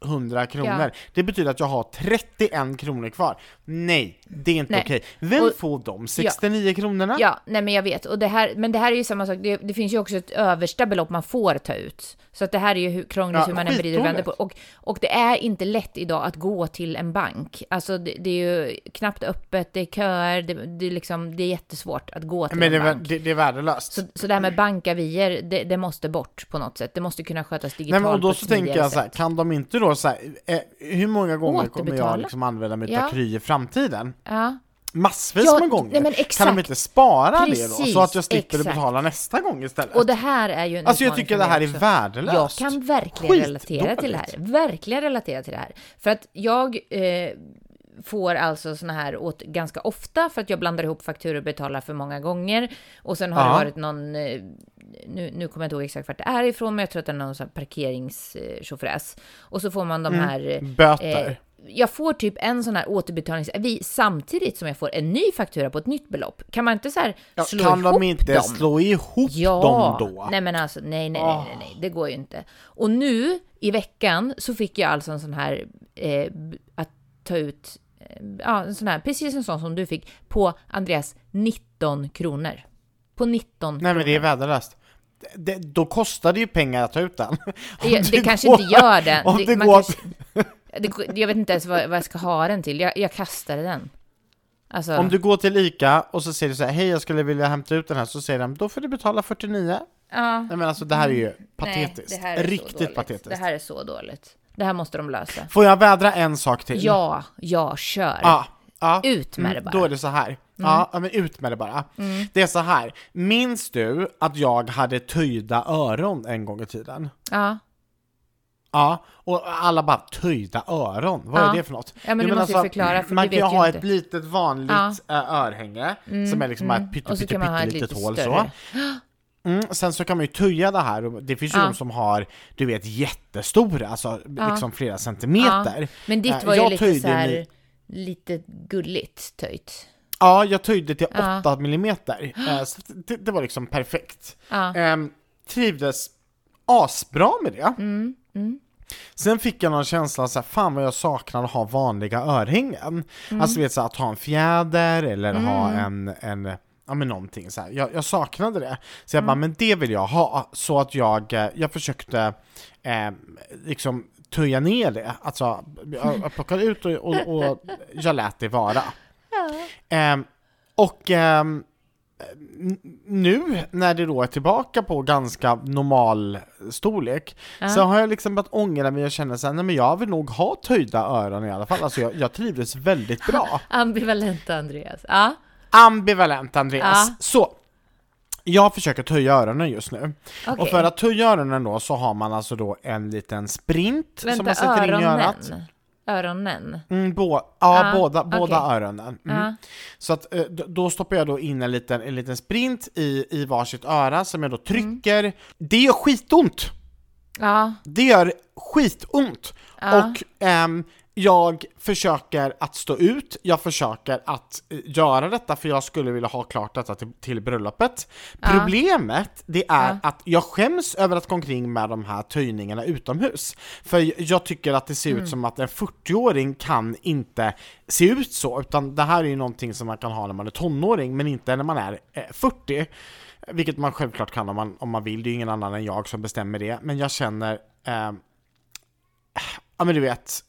Speaker 1: 100 kronor.
Speaker 2: Ja.
Speaker 1: Det betyder att jag har 31 kronor kvar. Nej, det är inte
Speaker 2: Nej.
Speaker 1: okej. Vem
Speaker 2: Och-
Speaker 1: får de 69 kronorna?
Speaker 2: Ja, nej men jag vet. Och det här, men det här är ju samma sak, det, det finns ju också ett översta belopp man får ta ut. Så att det här är ju hur krångligt
Speaker 1: Ja,
Speaker 2: hur man än vrider och vänder
Speaker 1: skitdåligt.
Speaker 2: på och, och det är inte lätt idag att gå till en bank. Alltså det, det är ju knappt öppet, det är köer, det, det, är liksom, det är jättesvårt att gå till
Speaker 1: Men det,
Speaker 2: en
Speaker 1: är-
Speaker 2: bank.
Speaker 1: det, det är värdelöst.
Speaker 2: Så, så det här med bankavier, det, det måste bort på något sätt. Det måste kunna skötas
Speaker 1: Nej,
Speaker 2: digitalt
Speaker 1: men och
Speaker 2: på
Speaker 1: då
Speaker 2: ett
Speaker 1: så tänker
Speaker 2: smidigare
Speaker 1: jag så här,
Speaker 2: sätt.
Speaker 1: kan de inte då så här, eh, hur många gånger kommer
Speaker 2: Återbetala?
Speaker 1: jag liksom använda mig
Speaker 2: Ja.
Speaker 1: av Kry i framtiden?
Speaker 2: Ja,
Speaker 1: Massvis
Speaker 2: Ja,
Speaker 1: med gånger.
Speaker 2: nej, men
Speaker 1: kan
Speaker 2: exakt.
Speaker 1: de inte spara det då?
Speaker 2: Precis,
Speaker 1: Så att jag slipper
Speaker 2: exakt.
Speaker 1: att betala nästa gång istället?
Speaker 2: och det här är ju en
Speaker 1: alltså jag
Speaker 2: utmaning
Speaker 1: tycker
Speaker 2: för
Speaker 1: det
Speaker 2: mig
Speaker 1: här
Speaker 2: också.
Speaker 1: är värdelöst.
Speaker 2: Jag kan verkligen relatera
Speaker 1: Skitdåligt.
Speaker 2: till det här. Verkligen relatera till det här. För att jag eh, får alltså såna här åt ganska ofta för att jag blandar ihop fakturor och betalar för många gånger. Och sen har det
Speaker 1: Ja.
Speaker 2: varit någon, eh, nu, nu kommer jag inte ihåg exakt vart det är ifrån, men jag tror att det är någon sån här parkeringschaufförs. Och så får man
Speaker 1: Mm.
Speaker 2: de här... eh,
Speaker 1: Böter.
Speaker 2: Eh, jag får typ en sån här återbetalningsavi samtidigt som jag får en ny faktura på ett nytt belopp. Kan man inte så här
Speaker 1: Ja,
Speaker 2: slå
Speaker 1: kan
Speaker 2: ihop
Speaker 1: de inte
Speaker 2: dem?
Speaker 1: slå ihop
Speaker 2: Ja,
Speaker 1: dem då? Ah.
Speaker 2: nej men alltså nej, nej, nej, nej, nej, det går ju inte. Och nu i veckan så fick jag alltså en sån här eh, b- att ta ut, eh, ja, en sån här, precis en sån som du fick på Andreas 19 kronor. På 19
Speaker 1: Nej men det är värdelöst. Det, det, då kostar det ju pengar att ta ut den. (laughs) Om
Speaker 2: Det, det
Speaker 1: du
Speaker 2: kanske
Speaker 1: går-
Speaker 2: inte gör det.
Speaker 1: om det
Speaker 2: man
Speaker 1: går-
Speaker 2: kanske- det går- jag vet inte ens vad, vad jag ska ha den till. Jag, jag kastade den. Alltså,
Speaker 1: Om du går till ICA och så säger du så här, hej jag skulle vilja hämta ut den här, så säger de, då får du betala 49.
Speaker 2: ja, Mm.
Speaker 1: Nej men alltså det här är ju
Speaker 2: Nej,
Speaker 1: patetiskt.
Speaker 2: det här är så
Speaker 1: Riktigt
Speaker 2: dåligt.
Speaker 1: patetiskt.
Speaker 2: Det här är så dåligt. Det här måste de lösa.
Speaker 1: Får jag vädra en sak till?
Speaker 2: Ja, ja, kör.
Speaker 1: Ja. ja.
Speaker 2: Ut med det
Speaker 1: Ah. Mm,
Speaker 2: bara. Mm.
Speaker 1: Då är det så här. Ja, ja, men ut med det bara. Det är så här. Minns du att jag hade töjda öron en gång i tiden?
Speaker 2: Ja.
Speaker 1: Ja, och alla bara töjda öron, vad
Speaker 2: Ja.
Speaker 1: är det för något?
Speaker 2: Ja, men
Speaker 1: Jo,
Speaker 2: du måste ju förklara, för
Speaker 1: Man kan
Speaker 2: vi
Speaker 1: ju
Speaker 2: vet ju
Speaker 1: ha
Speaker 2: inte.
Speaker 1: ett litet vanligt
Speaker 2: Ja. Mm.
Speaker 1: eh, örhänge som är liksom bara ett pytte,
Speaker 2: Och så
Speaker 1: pytte,
Speaker 2: kan man ha
Speaker 1: pytte
Speaker 2: ett
Speaker 1: litet
Speaker 2: lite
Speaker 1: hål så.
Speaker 2: större. (gasps)
Speaker 1: Mm, sen så kan man ju töja det här, och det finns ju
Speaker 2: Ja.
Speaker 1: de som har, du vet, jättestora, alltså liksom flera centimeter.
Speaker 2: Ja. Men ditt
Speaker 1: Eh,
Speaker 2: var ju
Speaker 1: jag
Speaker 2: lite
Speaker 1: töjde
Speaker 2: så här,
Speaker 1: mi-
Speaker 2: lite gulligt töjt.
Speaker 1: Ja, jag töjde till
Speaker 2: Ja.
Speaker 1: 8 millimeter,
Speaker 2: (gasps)
Speaker 1: eh, så det, det var liksom perfekt.
Speaker 2: Ja.
Speaker 1: Ehm, trivdes asbra med det.
Speaker 2: Mm,
Speaker 1: Sen fick jag någon känsla så här, fan vad jag saknar att ha vanliga örhängen.
Speaker 2: Mm.
Speaker 1: Alltså du vet så här, att ha en fjäder eller ha en, en Ja men någonting så här. Jag, jag saknade det. Så jag
Speaker 2: Mm.
Speaker 1: bara, men det vill jag ha. Så att jag, eh, jag försökte eh, liksom töja ner det. Alltså jag, jag plockade ut och, och, och jag lät det vara. Ehm, och ehm, nu när det då är tillbaka på ganska normal storlek så har jag liksom börjat ångra mig och känna såhär, nej men jag vill nog ha töjda öron i alla fall, alltså jag, jag trivdes väldigt
Speaker 2: (laughs)
Speaker 1: bra.
Speaker 2: Ambivalenta Andreas. Ja.
Speaker 1: Ambivalent Andreas.
Speaker 2: Ja.
Speaker 1: Så, Jag försöker töja öronen just nu.
Speaker 2: Okej.
Speaker 1: Och för att töja öronen då så har man alltså då en liten sprint som man
Speaker 2: Vänta,
Speaker 1: sätter in i örat.
Speaker 2: öronen? Öronen?
Speaker 1: Mm, bå- ja,
Speaker 2: Ah,
Speaker 1: båda,
Speaker 2: okej.
Speaker 1: båda öronen. Mm.
Speaker 2: Ja.
Speaker 1: Så att, eh, d- då stoppar jag då in en liten, en liten sprint i, i varsitt öra som jag då trycker.
Speaker 2: Mm.
Speaker 1: Det gör skitont!
Speaker 2: Ja.
Speaker 1: Det gör skitont!
Speaker 2: Ja.
Speaker 1: Och ehm, jag försöker att stå ut, jag försöker att eh, göra detta för jag skulle vilja ha klart detta till, till bröllopet. Problemet, det är
Speaker 2: Ja.
Speaker 1: att jag skäms över att gå omkring med de här töjningarna utomhus. För j- jag tycker att det ser
Speaker 2: Mm.
Speaker 1: ut som att en 40-åring kan inte se ut så, utan det här är ju någonting som man kan ha när man är tonåring, men inte när man är eh, 40. Vilket man självklart kan om man, om man vill, det är ju ingen annan än jag som bestämmer det. Men jag känner, ehm, ja men du vet,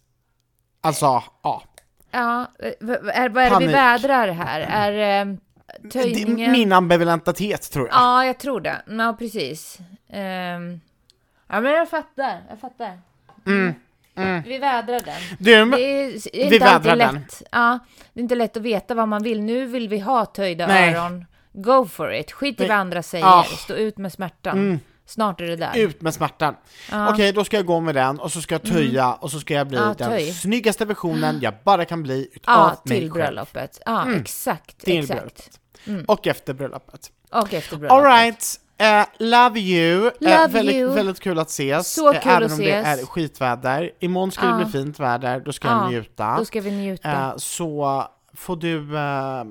Speaker 1: alltså, ja.
Speaker 2: ja. V- v- är- Vad är det
Speaker 1: Panik.
Speaker 2: vi vädrar här? Är eh,
Speaker 1: Det,
Speaker 2: töjningen...
Speaker 1: min ambivalentitet tror jag.
Speaker 2: Ja, jag tror det. Ja, precis. Ehm, Ja, men jag fattar. Jag fattar.
Speaker 1: Mm,
Speaker 2: Mm. Vi vädrar den.
Speaker 1: Du,
Speaker 2: Det är, det är
Speaker 1: vi
Speaker 2: inte alltid
Speaker 1: vädrar den.
Speaker 2: lätt. Ja, det är inte lätt att veta vad man vill. Nu vill vi ha töjda
Speaker 1: Nej.
Speaker 2: öron. Go for it. Skit i
Speaker 1: Nej.
Speaker 2: vad andra säger.
Speaker 1: Ah.
Speaker 2: Stå ut med smärtan. Snart är det där.
Speaker 1: ut med smärtan. Okej, då ska jag gå med den och så ska jag töja och så ska jag bli
Speaker 2: Mm. Ja,
Speaker 1: den
Speaker 2: töj.
Speaker 1: snyggaste versionen jag bara kan bli utav
Speaker 2: Ja,
Speaker 1: mig
Speaker 2: till
Speaker 1: själv. Mm.
Speaker 2: bröllopet. Ja, exakt.
Speaker 1: Till
Speaker 2: exakt.
Speaker 1: bröllopet. Och efter bröllopet.
Speaker 2: Och efter bröllopet.
Speaker 1: Alright, eh, love you! Eh,
Speaker 2: Love
Speaker 1: väldigt,
Speaker 2: you.
Speaker 1: väldigt kul att ses,
Speaker 2: Så
Speaker 1: eh,
Speaker 2: kul
Speaker 1: även
Speaker 2: att
Speaker 1: om
Speaker 2: ses.
Speaker 1: det är skitväder. Imorgon ska det
Speaker 2: Ja.
Speaker 1: bli fint väder, då ska
Speaker 2: Ja,
Speaker 1: jag njuta.
Speaker 2: Då ska vi njuta.
Speaker 1: Eh, så får du eh,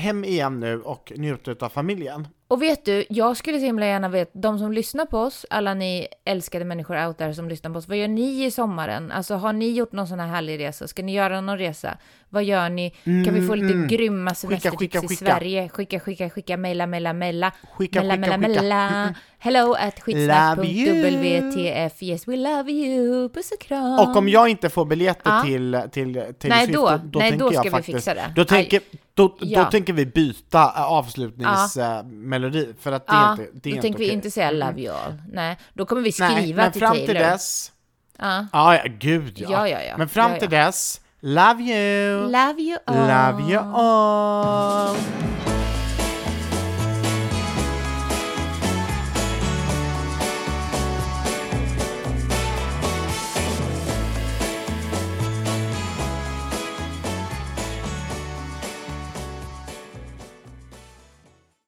Speaker 1: hem igen nu och njuta av familjen.
Speaker 2: Och vet du, jag skulle så himla gärna veta, de som lyssnar på oss, alla ni älskade människor out there som lyssnar på oss, vad gör ni i sommaren? Alltså har ni gjort någon sån här härlig resa? Ska ni göra någon resa? Vad gör ni? Kan vi få lite grymma semestertips
Speaker 1: Mm, skicka,
Speaker 2: i
Speaker 1: skicka.
Speaker 2: Sverige? Skicka, skicka, skicka, mejla, mejla, mejla.
Speaker 1: Skicka,
Speaker 2: mejla,
Speaker 1: skicka,
Speaker 2: mejla,
Speaker 1: skicka. Mm,
Speaker 2: mejla. Hello at
Speaker 1: Love you.
Speaker 2: skitsnack.wtf. Yes we love you. Puss och kram.
Speaker 1: Och om jag inte får biljetter
Speaker 2: Ja.
Speaker 1: till, till, till
Speaker 2: Nej,
Speaker 1: Syft,
Speaker 2: då-
Speaker 1: då
Speaker 2: nej,
Speaker 1: tänker
Speaker 2: då ska
Speaker 1: jag
Speaker 2: vi
Speaker 1: faktiskt,
Speaker 2: fixa det.
Speaker 1: Då tänker, då,
Speaker 2: Ja.
Speaker 1: då tänker vi byta eh, avslutningsmelodi, eh, för att det är
Speaker 2: ja,
Speaker 1: inte, det är
Speaker 2: då
Speaker 1: inte
Speaker 2: tänker
Speaker 1: okej.
Speaker 2: vi
Speaker 1: Mm.
Speaker 2: inte säga love you all. Nej, då kommer vi skriva
Speaker 1: Nej, men
Speaker 2: till
Speaker 1: fram
Speaker 2: Taylor.
Speaker 1: till dess,
Speaker 2: Ja.
Speaker 1: ja, ja gud ja.
Speaker 2: Ja, ja, ja.
Speaker 1: Men fram
Speaker 2: Ja, ja.
Speaker 1: till dess, love you,
Speaker 2: Love you all.
Speaker 1: love you all.